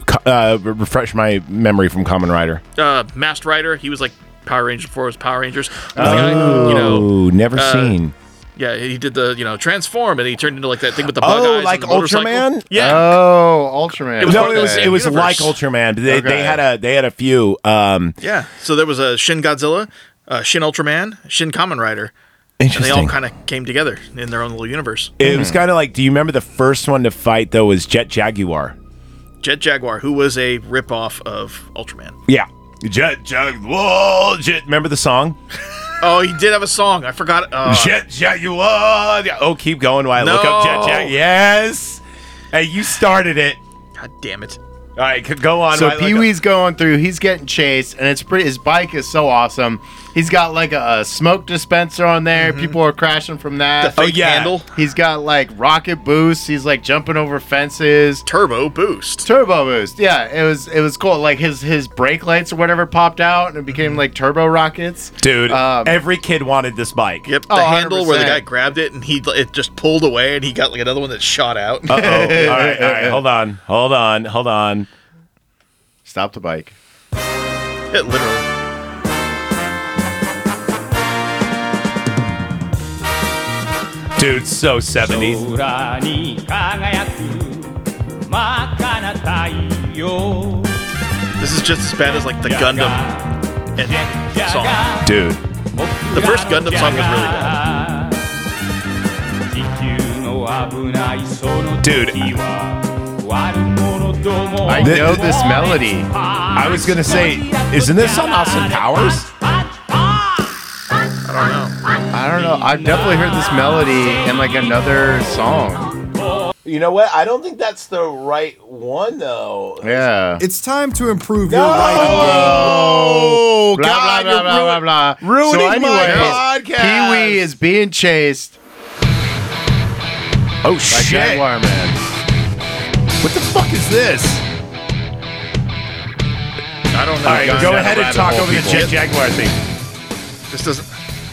Co- Uh, re- refresh my memory from Common Rider.
uh, Masked Rider. He was like Power Ranger before it was Power Rangers. He was the guy, you know,
oh, never
uh,
seen.
yeah, he did the you know transform and he turned into like that thing with the bug eyes.
Oh,
and
like
the motorcycle.
Ultraman?
Yeah,
Oh, Ultraman.
It was
no,
part
it
of the
was
same
it was
universe.
like Ultraman. but They,
Okay.
they had a they had a few. Um,
yeah. So there was a Shin Godzilla, uh, Shin Ultraman, Shin Common Rider, and they
interesting. Hmm.
all kind of came together in their own little universe.
it was kind of like. Do you remember the first one to fight though? Was Jet Jaguar?
Jet Jaguar, who was a ripoff of Ultraman.
Yeah. Jet Jaguar. Jet. Remember the song?
Oh, he did have a song. I forgot. Uh,
Jet Jaguar. Yeah. Oh, keep going while I look up Jet
No.
Jaguar. Yes. Hey, you started it.
God damn it.
All right, c- go on. while I
So
look
Pee
up-
Wee's going through. He's getting chased, and it's pretty. His bike is so awesome. He's got like a, a smoke dispenser on there. People are crashing from
fake
that.
Mm-hmm. Uh, oh, yeah.
handle.
He's got like rocket boost. He's like jumping over fences.
Turbo boost.
Turbo boost. Yeah, it was it was cool. Like his his brake lights or whatever popped out, and it became like turbo rockets.
Mm-hmm. Dude,
Um,
every kid wanted this bike.
Yep, the
Oh,
handle where the
100%.
guy grabbed it and he it just pulled away and he got like another one that shot out.
Uh oh. all right, all right. Hold on. Hold on. Hold on.
Stop the bike.
it literally.
Dude, so 70s.
空に輝く真っ赤な太陽
This is just as bad as like the Gundam end song.
Dude.
The first Gundam song was really bad.
地球の危ないその
Dude.
時は悪者ども
I
Th-
know this melody.
I was going to say, isn't this on Austin Powers?
I don't know. I've definitely heard this melody in like another song.
You know what? I don't think that's the right one, though.
Yeah.
It's time to improve your writing
Oh,
blah,
God. you're
blah, blah, blah,
ruin-
blah, blah.
ruining
so
my
anyways,
podcast.
Pee Wee is being chased
Oh,
by
shit.
Jaguar Man.
What the fuck is this?
I don't know.
All right,
Gone
go
down
ahead
the
and
rabbit
talk
hole,
over the
people.
Jet Jaguar thing.
This doesn't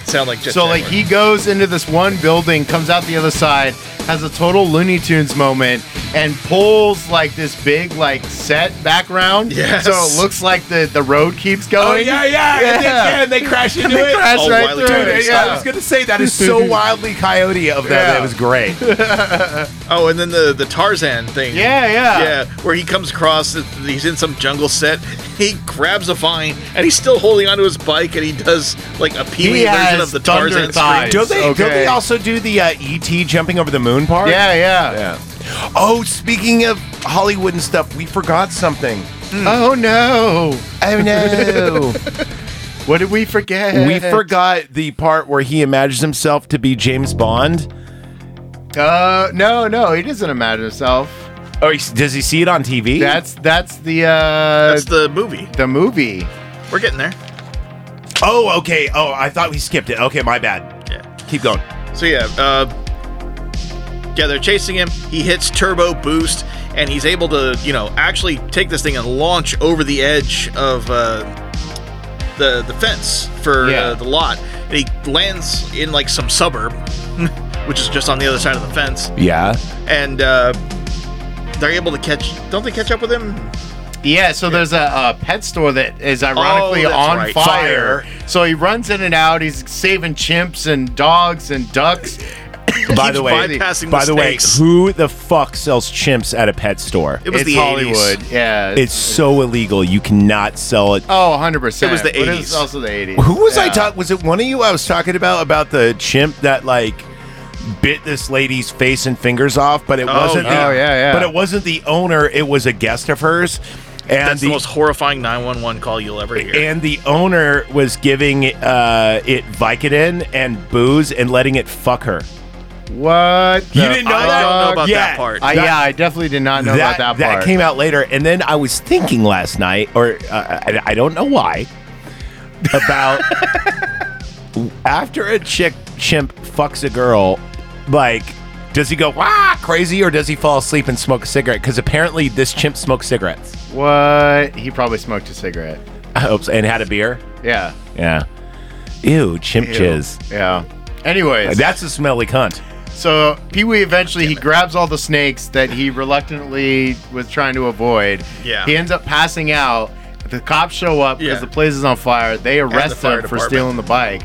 sound like Jet
So like
Jaguar.
he goes into this one building, comes out the other side, has a total Looney Tunes moment, and pulls like this big like set background.
Yes.
So it looks like the the road keeps going.
Oh, yeah.
Yeah.
they crash into
They crash
Oh,
right
Wile E.
through
Coyote
it.
style.
Yeah, I was gonna say that is so wildly coyote of them.
Yeah.
It was great.
Oh, and then the the Tarzan thing.
Yeah, yeah.
Yeah, where he comes across, he's in some jungle set. He grabs a vine, and he's still holding onto his bike, and he does like a Pee Wee
He
version
has
of the
thunder
Tarzan
thighs.
scream.
Don't they? Don't
Okay.
they also do the uh, ET jumping over the moon part?
Yeah, yeah.
Yeah. Oh, speaking of Hollywood and stuff, we forgot something.
Oh no.
Oh no,
What did we forget?
we forgot the part where he imagines himself to be James Bond.
Uh no, no, he doesn't imagine himself.
Oh, he- does he see it on TV?
That's that's the uh
That's the movie.
the movie.
We're getting there.
oh, okay. Oh, I thought we skipped it. Okay, my bad.
Yeah.
Keep going.
So yeah, uh, yeah, they're chasing him. He hits turbo boost, and he's able to, you know, actually take this thing and launch over the edge of uh, the the fence for
Yeah.
uh, the lot, and he lands in like some suburb, which is just on the other side of the fence,
Yeah.
and uh, they're able to catch. Don't they catch up with him?
Yeah, so there's a, a pet store that is ironically
Oh, that's
on
right.
fire.
Fire.
So he runs in and out. He's saving chimps and dogs and ducks.
by the way,
bypassing
by the way,
mistakes.
who the fuck sells chimps at a pet store?
It was It's the 80s.
Hollywood, yeah.
It's, so illegal. You cannot sell it.
Oh, 100%.
It was the
But it's
80s.
also the 80s.
Who was I
Yeah.
talking? Was it one of you I was talking about about the chimp that like bit this lady's face and fingers off? But it
Oh,
wasn't.
yeah.
The,
Oh, yeah, yeah.
But it wasn't the owner. It was a guest of hers. And
That's the, most horrifying 911 call you'll ever hear.
and the owner was giving uh, it Vicodin and booze and letting it fuck her.
What?
You
the
didn't know
fuck?
that? I don't know about that
Yeah.
part.
I,
That-
yeah, I definitely did not know about that part.
came out later, and then I was thinking last night, or uh, I, I don't know why, about after a chick chimp fucks a girl, like. Does he go wah crazy or does he fall asleep and smoke a cigarette? Because apparently this chimp smoked cigarettes.
What? He probably smoked a cigarette.
I hope so. And had a beer.
Yeah.
Yeah. Ew, chimp
Ew.
jizz.
Yeah. Anyways.
That's a smelly cunt.
So Pee Wee eventually he grabs all the snakes that he reluctantly was trying to avoid.
Yeah.
He ends up passing out. The cops show up because
Yeah.
the place is on fire. They
And the
arrest
fire
him for
department.
stealing the bike.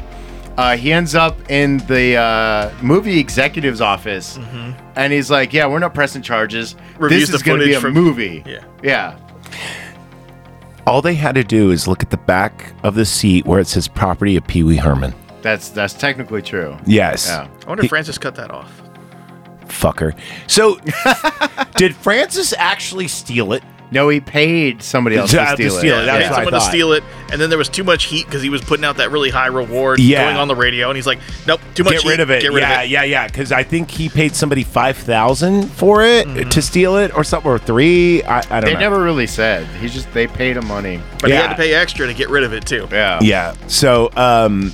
Uh, he ends up in the uh, movie executive's office, and he's like, "Yeah, we're not pressing charges.
Mm-hmm. Reviews
this is
the
going to be
footage from-
a movie."
Yeah.
Yeah.
All they had to do is look at the back of the seat where it says property of Pee Wee Herman.
That's that's technically true.
Yes.
Yeah.
I wonder if Francis cut that off.
Fucker. So did Francis actually steal it?
No, he paid somebody else
To
to
have to
steal
steal
it.
it,
Yeah,
that's
paid
what I
someone to
thought.
steal it, and then there was too much heat because he was putting out that really high reward
Yeah.
going on the radio, and he's like, "Nope, too much
get
heat.
rid of it.
Get rid
yeah,
of it."
yeah, yeah. Because I think he paid somebody five thousand for it to steal it, or something, or three. I, I don't
They
know.
never really said. He just they paid him money.
But he
Yeah.
had to pay extra to get rid of it too.
Yeah.
yeah. So, um,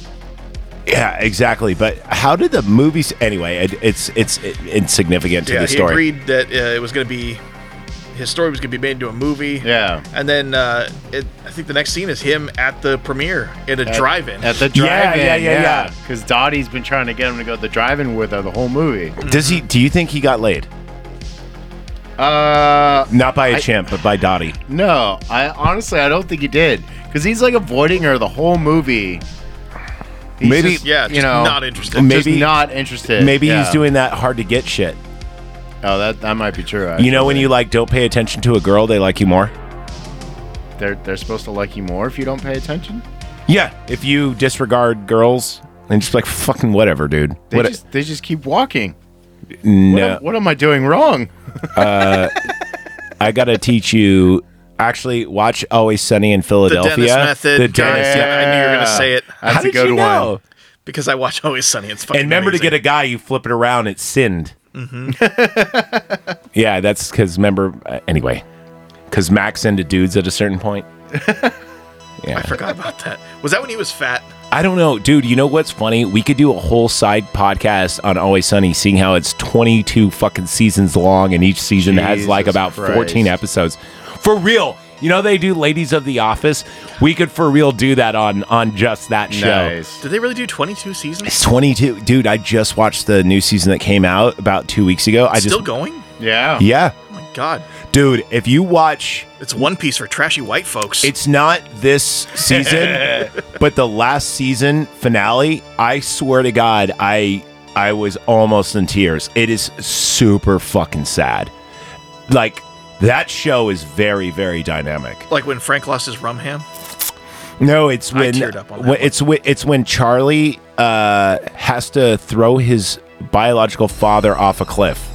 yeah, exactly. But how did the movies? Anyway, it, it's it's insignificant to
yeah,
the
he
story.
agreed that uh, it was going to be his story was going to be made into a movie.
Yeah.
and then uh, it, I think the next scene is him at the premiere at a
At-
drive-in.
At the
Yeah,
drive-in.
yeah, yeah, yeah.
Because Dottie's been trying to get him to go to the drive-in with her the whole movie.
Does he? Do you think he got laid?
Uh,
Not by a
I-
chimp, but by Dottie.
no. I honestly, I don't think he did. Because he's like avoiding her the whole movie. He's
Maybe-
just,
yeah,
you
just
know,
not interested.
just
Maybe-
not interested.
Maybe
Uh, yeah.
he's doing that hard to get shit.
Oh, that that might be true.
You know, when you like don't pay attention to a girl, they like you more.
actually. they're they're supposed to like you more if you don't pay attention.
Yeah, if you disregard girls and just like fucking whatever, dude.
They
What?
just they just keep walking. What,
no,
am, what am I doing wrong?
I gotta teach you. Actually, watch Always Sunny in
the
Philadelphia.
Dennis method.
The
God
Dennis-
damn it, I knew you were going to say it.
That's
How
a
did
good
you
one.
know?
Because I watch Always Sunny. It's fucking
And remember to
amazing.
get a guy, you flip it around, it's sinned. Mm-hmm. yeah, that's because remember uh, anyway, because Max into dudes at a certain point.
I forgot about that. Was that when he was fat?
I don't know, dude. You know what's funny? We could do a whole side podcast on Always Sunny, seeing how it's 22 fucking seasons long, and each season has like
Jesus
about
Christ.
14 episodes. For real, you know they do Ladies of the Office. We could for real do that on on just that show.
Nice.
Did they really do 22 seasons?
It's 22, dude. I just watched the new season that came out about two weeks ago. I
Still
just
going?
Yeah.
yeah,
Oh my god.
dude. If you watch
It's One Piece for trashy white folks.
It's not this season, but the last season finale. I swear to God, I I was almost in tears. It is super fucking sad. Like that show is very very dynamic.
like when Frank lost his rum ham.
No, it's
I
when
teared up on
when-
that one.
it's when it's when Charlie uh, has to throw his biological father off a cliff.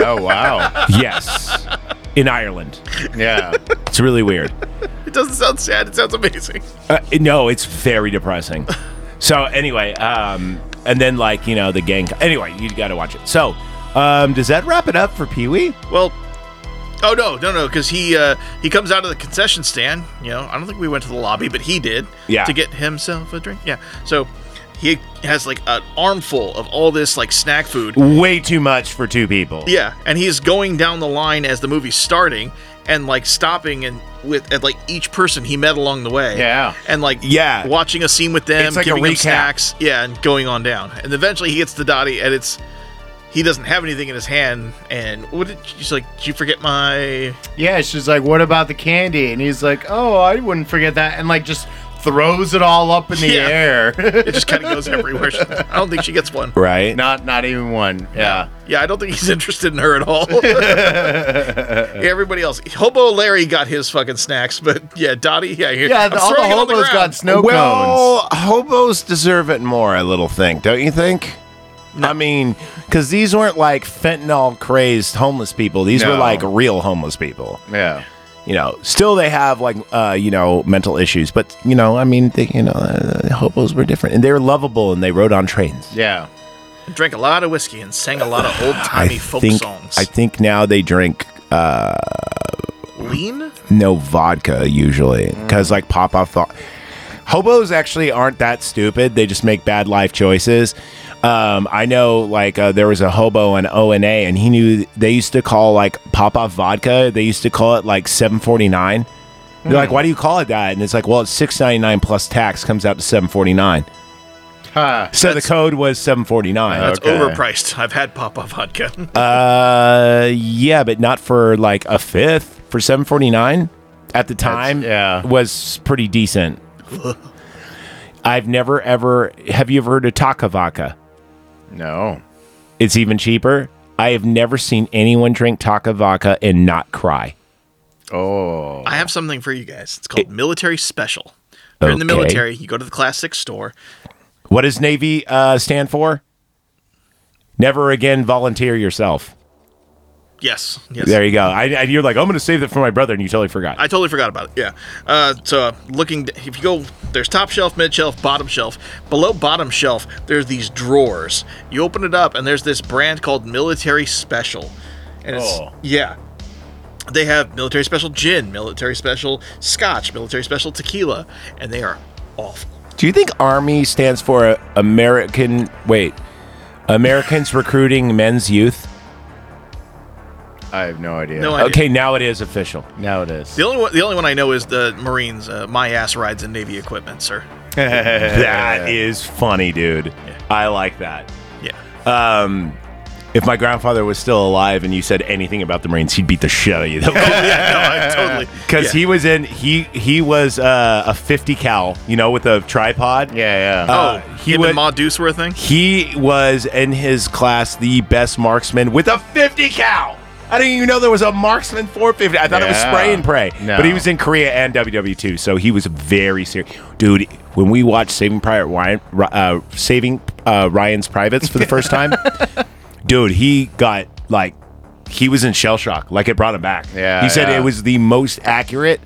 Oh wow.
Yes, in Ireland.
Yeah.
It's really weird.
It doesn't sound sad. It sounds amazing.
Uh, no, it's very depressing. so anyway, um, and then like you know the gang. Anyway, you got to watch it. So, um, does that wrap it up for Pee Wee?
Well, oh no, no, no, because he uh, he comes out of the concession stand. You know, I don't think we went to the lobby, but he did.
Yeah.
To get himself a drink. Yeah. So he has like an armful of all this like snack food.
Way too much for two people.
Yeah, and he's going down the line as the movie's starting, and like stopping and with at like each person he met along the way.
Yeah.
and like
Yeah.
watching a scene with them,
It's like a
giving them
recap.
snacks, yeah, and going on down. And eventually he gets to Dottie, and it's he doesn't have anything in his hand. And what did she's like? Did you forget my?
Yeah, she's like, "What about the candy?" And he's like, "Oh, I wouldn't forget that," and like just throws it all up in the
Yeah.
air.
it just kind of goes everywhere. She- I don't think she gets one.
Right?
Not not even one. Yeah.
Yeah, I don't think he's interested in her at all. Yeah, everybody else. Hobo Larry got his fucking snacks, but yeah, Dottie, yeah, here.
Yeah, the- all the
throwing it on
hobos
ground.
got snow
well, hobos deserve it more, I little think, don't you think? I mean, because these weren't like fentanyl crazed homeless people. These were
No.
like real homeless people.
Yeah.
You know, still they have like, uh, you know, mental issues, but, you know, I mean, they, you know, uh, hobos were different and they were lovable and they rode on trains.
Yeah.
Drank a lot of whiskey and sang a lot of old timey folk
think,
songs.
I think now they drink uh,
Lean?
no vodka usually because like pop off. Vo- Hobos actually aren't that stupid. They just make bad life choices. Um, I know, like uh, there was a hobo in O and A, and he knew they used to call like pop off vodka. They used to call it like seven forty nine. They're
Hmm.
like, why do you call it that? And it's like, well, it's six ninety nine plus tax comes out to seven forty nine.
Huh.
So the code was seven forty nine.
That's overpriced. I've had pop up vodka.
Uh, yeah, but not for like a fifth for 749 at the time. yeah, was pretty decent. I've never ever. Have you ever heard of Takavaka?
No.
It's even cheaper. I have never seen anyone drink Takavaka and not cry.
Oh.
I have something for you guys. It's called Military Special. You're in the
Okay.
military, you go to the Class 6 store.
What does Navy uh, stand for? Never again volunteer yourself.
Yes. Yes.
There you go. I, I, you're like, I'm going to save that for my brother, and you totally forgot.
I totally forgot about it. Yeah. Uh, so uh, looking, d- if you go, there's top shelf, mid shelf, bottom shelf. Below bottom shelf, there's these drawers. You open it up, and there's this brand called Military Special, and it's
Oh.
yeah. They have military special gin, military special scotch, military special tequila, and they are awful.
Do you think Army stands for uh, American? Wait, Americans recruiting men's youth.
I have no idea.
No idea.
Okay, now it is official.
Now it is.
The only one, the only one I know is the Marines. Uh, my ass rides in Navy equipment, sir.
that is funny, dude. I like that.
Yeah.
Um, if my grandfather was still alive and you said anything about the Marines, he'd beat the shit out of you.
yeah, no, I totally.
Because he was in he he was uh, a fifty cal, you know, with a tripod.
Yeah,
yeah. oh, he him and Ma Deuce were a thing.
He was in his class the best marksman with a 50 cal. I didn't even know there was a marksman 450. I thought it was
Yeah.
spray and pray.
No.
But he was in Korea and WW2, so he was very serious. Dude, when we watched Saving Private Ryan, uh, Saving uh, Ryan's Privates for the first time, dude, he got like he was in shell shock. Like it brought him back.
Yeah,
he said
yeah.
it was the most accurate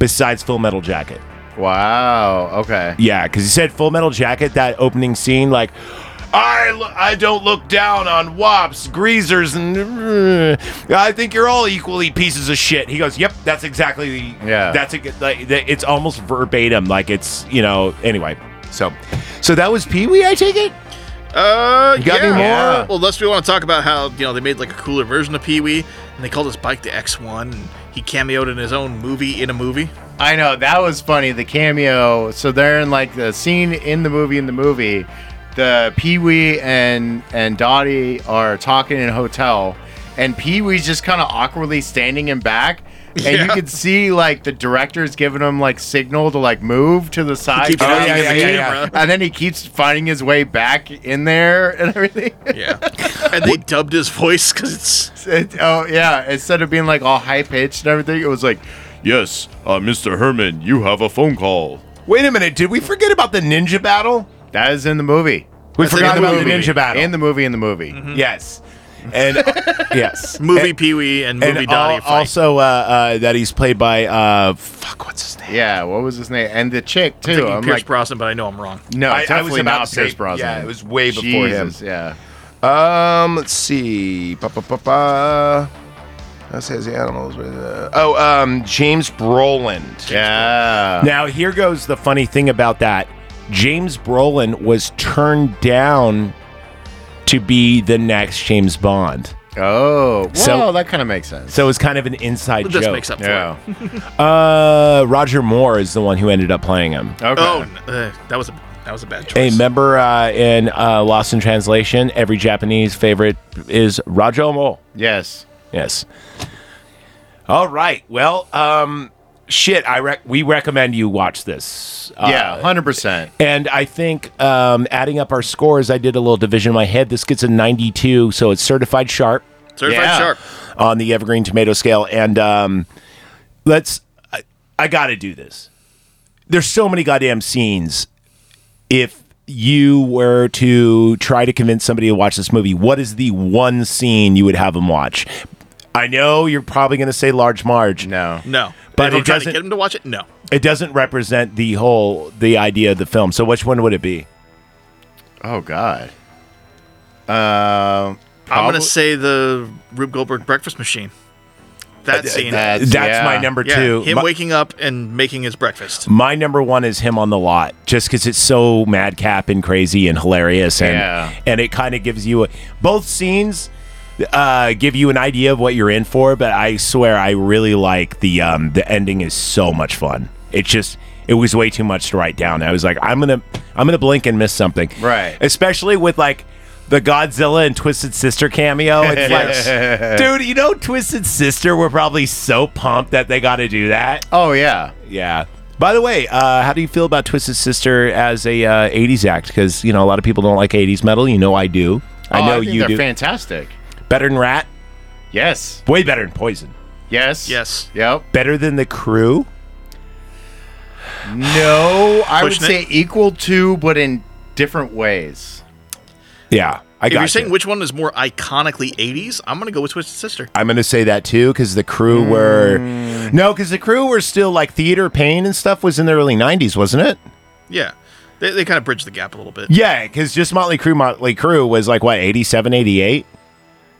besides Full Metal Jacket.
Oh.
Wow. Okay.
Yeah, because he said Full Metal Jacket that opening scene, like I l- I don't look down on wops, greasers, and uh, I think you're all equally pieces of shit. He goes, "Yep, that's exactly the
Yeah.
That's a good like that- it's almost verbatim, like it's you know anyway. So, so that was Pee Wee. I take it.
Uh,
You got
yeah.
any more? Yeah.
Well, unless we want to talk about how you know they made like a cooler version of Pee Wee, and they called his bike the X One. and He cameoed in his own movie in a movie.
I know that was funny. The cameo. So they're in like the scene in the movie. In the movie, the Pee Wee and and Dottie are talking in a hotel, and Pee Wee's just kind of awkwardly standing in back. And you
Yeah.
could see like the director's giving him like signal to like move to the side,
keeps pointing at the camera.
and then he keeps finding his way back in there and everything.
Yeah, and they dubbed his voice because it's
It- oh yeah, instead of being like all high pitched and everything, it was like, "Yes, uh, Mr. Herman, you have a phone call."
Wait a minute, did we forget about the ninja battle?
That is in the movie.
We
That's
forgot
in
about the
movie.
ninja battle. Mm-hmm.
in the movie. In the movie,
Yes, and yes,
movie Pee Wee and movie Dottie.
al- also uh, uh, that he's played by uh, fuck what's his name?
Yeah, what was his name? And the chick
I'm
too.
thinking
I'm
Pierce
like,
Brosnan, but I know I'm wrong.
no,
I- I was
definitely
about
not
to say-
Pierce Brosnan.
yeah, it was way before him.
Jesus, Yeah,
Um, let's see. Ba, ba, ba, ba. That says the animals. Uh, oh, um, James Brolin.
Yeah.
Now here goes the funny thing about that. James Brolin was turned down to be the next James Bond.
Oh, well,
So-
that kind of makes sense.
So it was kind of an inside
This
joke.
makes up for
Yeah.
it.
Uh, Roger Moore is the one who ended up playing him.
Okay.
Oh, n- uh, that was a that was a bad
Hey,
choice.
remember uh, in uh, Lost in Translation, every Japanese favorite is Roger Moore.
Yes.
Yes. All right. Well, um, shit, I rec- we recommend you watch this. Uh,
Yeah, hundred percent.
And I think um, adding up our scores, I did a little division in my head. This gets a 92, so it's certified sharp.
Certified Yeah. sharp.
on the Evergreen Tomato Scale. And um, let's, I, I got to do this. There's so many goddamn scenes. If you were to try to convince somebody to watch this movie, what is the one scene you would have them watch? I know you're probably going to say Large Marge. No,
No.
but
If I'm
it
trying to
doesn't.
get him to watch it. No.
It doesn't represent the whole the idea of the film. So which one would it be?
Oh God. Uh, Um,
I'm gonna say the Rube Goldberg breakfast machine. That
Uh,
scene.
that's- That's my yeah. number
Yeah,
two.
Him
My-
waking up and making his breakfast.
My number one is him on the lot, just because it's so madcap and crazy and hilarious, and
Yeah.
and it kind of gives you a, both scenes uh, give you an idea of what you're in for. But I swear, I really like the um, the ending is so much fun. It just it was way too much to write down. I was like, I'm gonna I'm gonna blink and miss something,
Right.
Especially with like the Godzilla and Twisted Sister cameo. It's like, dude, you know, Twisted Sister were probably so pumped that they got to do that.
Oh yeah,
yeah. By the way, uh, how do you feel about Twisted Sister as a uh, '80s act? Because you know a lot of people don't like '80s metal. You know I do. I
Oh,
know
think
you
they're
do.
Fantastic.
better than Rat.
Yes.
Way better than Poison.
Yes.
Yes.
Yep.
Better than the Crew.
No, I would
Pushing
say
it?
equal to, but in different ways.
Yeah, I got
if you're
you.
saying which one is more iconically 80s, I'm gonna go with Twisted Sister.
I'm gonna say that too because the crew were no, because the crew were still like theater pain and stuff was in the early '90s, wasn't it?
Yeah. They, they kind of bridge the gap a little bit.
Yeah, because just Motley Crue, Motley Crue was like what 87, 88?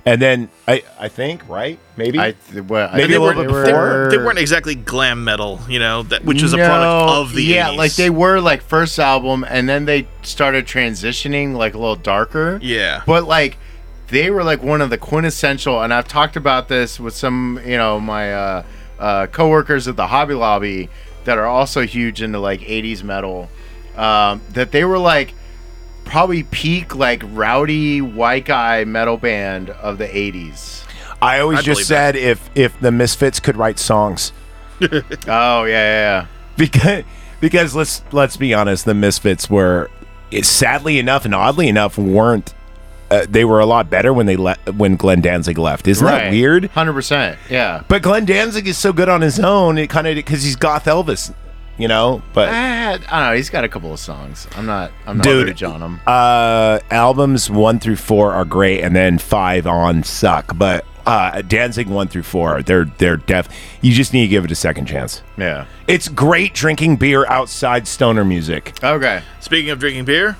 and then I I think right maybe
I th- well,
maybe a little bit
They,
before.
weren't- they weren't exactly glam metal, you know, that which is a product
No,
of the
yeah,
80s.
like they were like first album, and then they started transitioning like a little darker.
Yeah.
but like they were like one of the quintessential, and I've talked about this with some you know my uh, uh, coworkers at the Hobby Lobby that are also huge into like '80s metal. Um, that they were like probably peak like rowdy white guy metal band of the '80s.
I always
I
just
believe that.
said if if the Misfits could write songs
oh yeah, yeah,
because because let's let's be honest, the Misfits were it- sadly enough and oddly enough weren't. Uh, they were a lot better when they left when Glenn Danzig left. Isn't that
Right.
weird?
Hundred percent. Yeah.
But Glenn Danzig is so good on his own. It kind of because he's goth Elvis, you know. But
Ah, I don't know. He's got a couple of songs. I'm not. I'm not
Dude.
huge on him.
Uh, albums one through four are great, and then five on suck. But uh, Danzig one through four, they're they're def. You just need to give it a second chance.
Yeah.
It's great drinking beer outside stoner music.
Okay.
Speaking of drinking beer,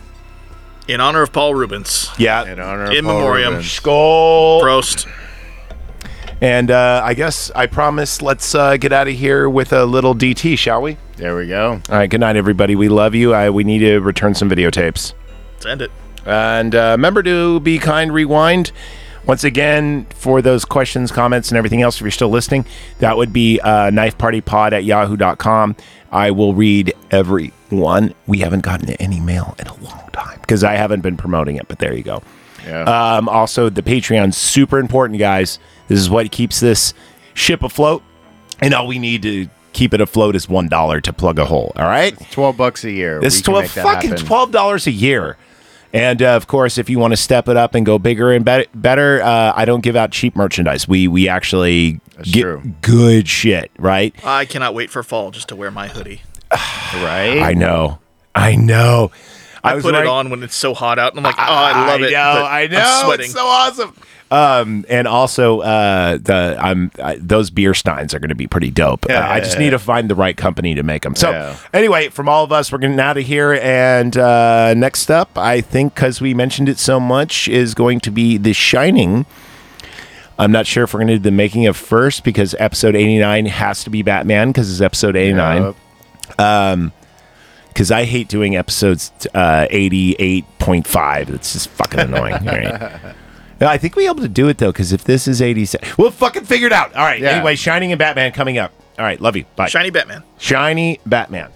in honor of Paul Rubens.
Yeah.
In
honor
In memoriam.
Skull.
Prost.
And uh, I guess I promise. Let's uh, get out of here with a little DT, shall we?
There we go.
All right. Good night, everybody. We love you. I, we need to return some videotapes.
Let's end it.
And uh, remember to be kind, rewind. Once again, for those questions, comments, and everything else, if you're still listening, that would be uh, knifepartypod at yahoo.com. I will read every one. We haven't gotten any mail in a long time because I haven't been promoting it, but there you go. Um, also, the Patreon super important, guys. This is what keeps this ship afloat. And all we need to keep it afloat is $1 to plug a hole. All right?
Twelve bucks a year.
It's
We can
twelve
make that
fucking
happen.
twelve dollars a year. And uh, of course, if you want to step it up and go bigger and bet- better, uh, I don't give out cheap merchandise. We we actually get good shit, right?
I cannot wait for fall just to wear my hoodie.
right?
I know, I know.
I,
was
put
wearing-
it on when it's so hot out, and I'm like, oh, I love
I know,
it. but
I
I'm
know, it's
sweating.
so awesome. Um, and also, uh, the I'm I, those beer steins are going to be pretty dope. Uh, I just need to find the right company to make them. So,
Yeah.
anyway, from all of us, we're getting out of here. And uh, next up, I think because we mentioned it so much, is going to be The Shining. I'm not sure if we're going to do the making of first because episode 89 has to be Batman because it's episode 89. Um, because I hate doing episodes uh, 88.5. It's just fucking annoying. All right. No, I think we're able to do it though because if this is 87, we'll fucking figure it out. All right.
Yeah.
Anyway, Shining and Batman coming up. All right. Love you. Bye.
Shiny Batman.
Shiny Batman.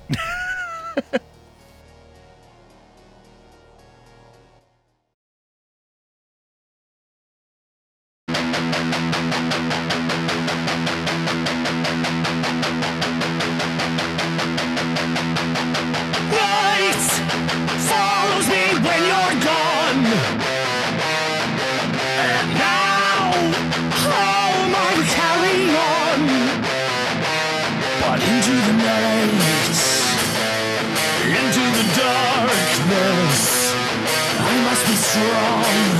wrong.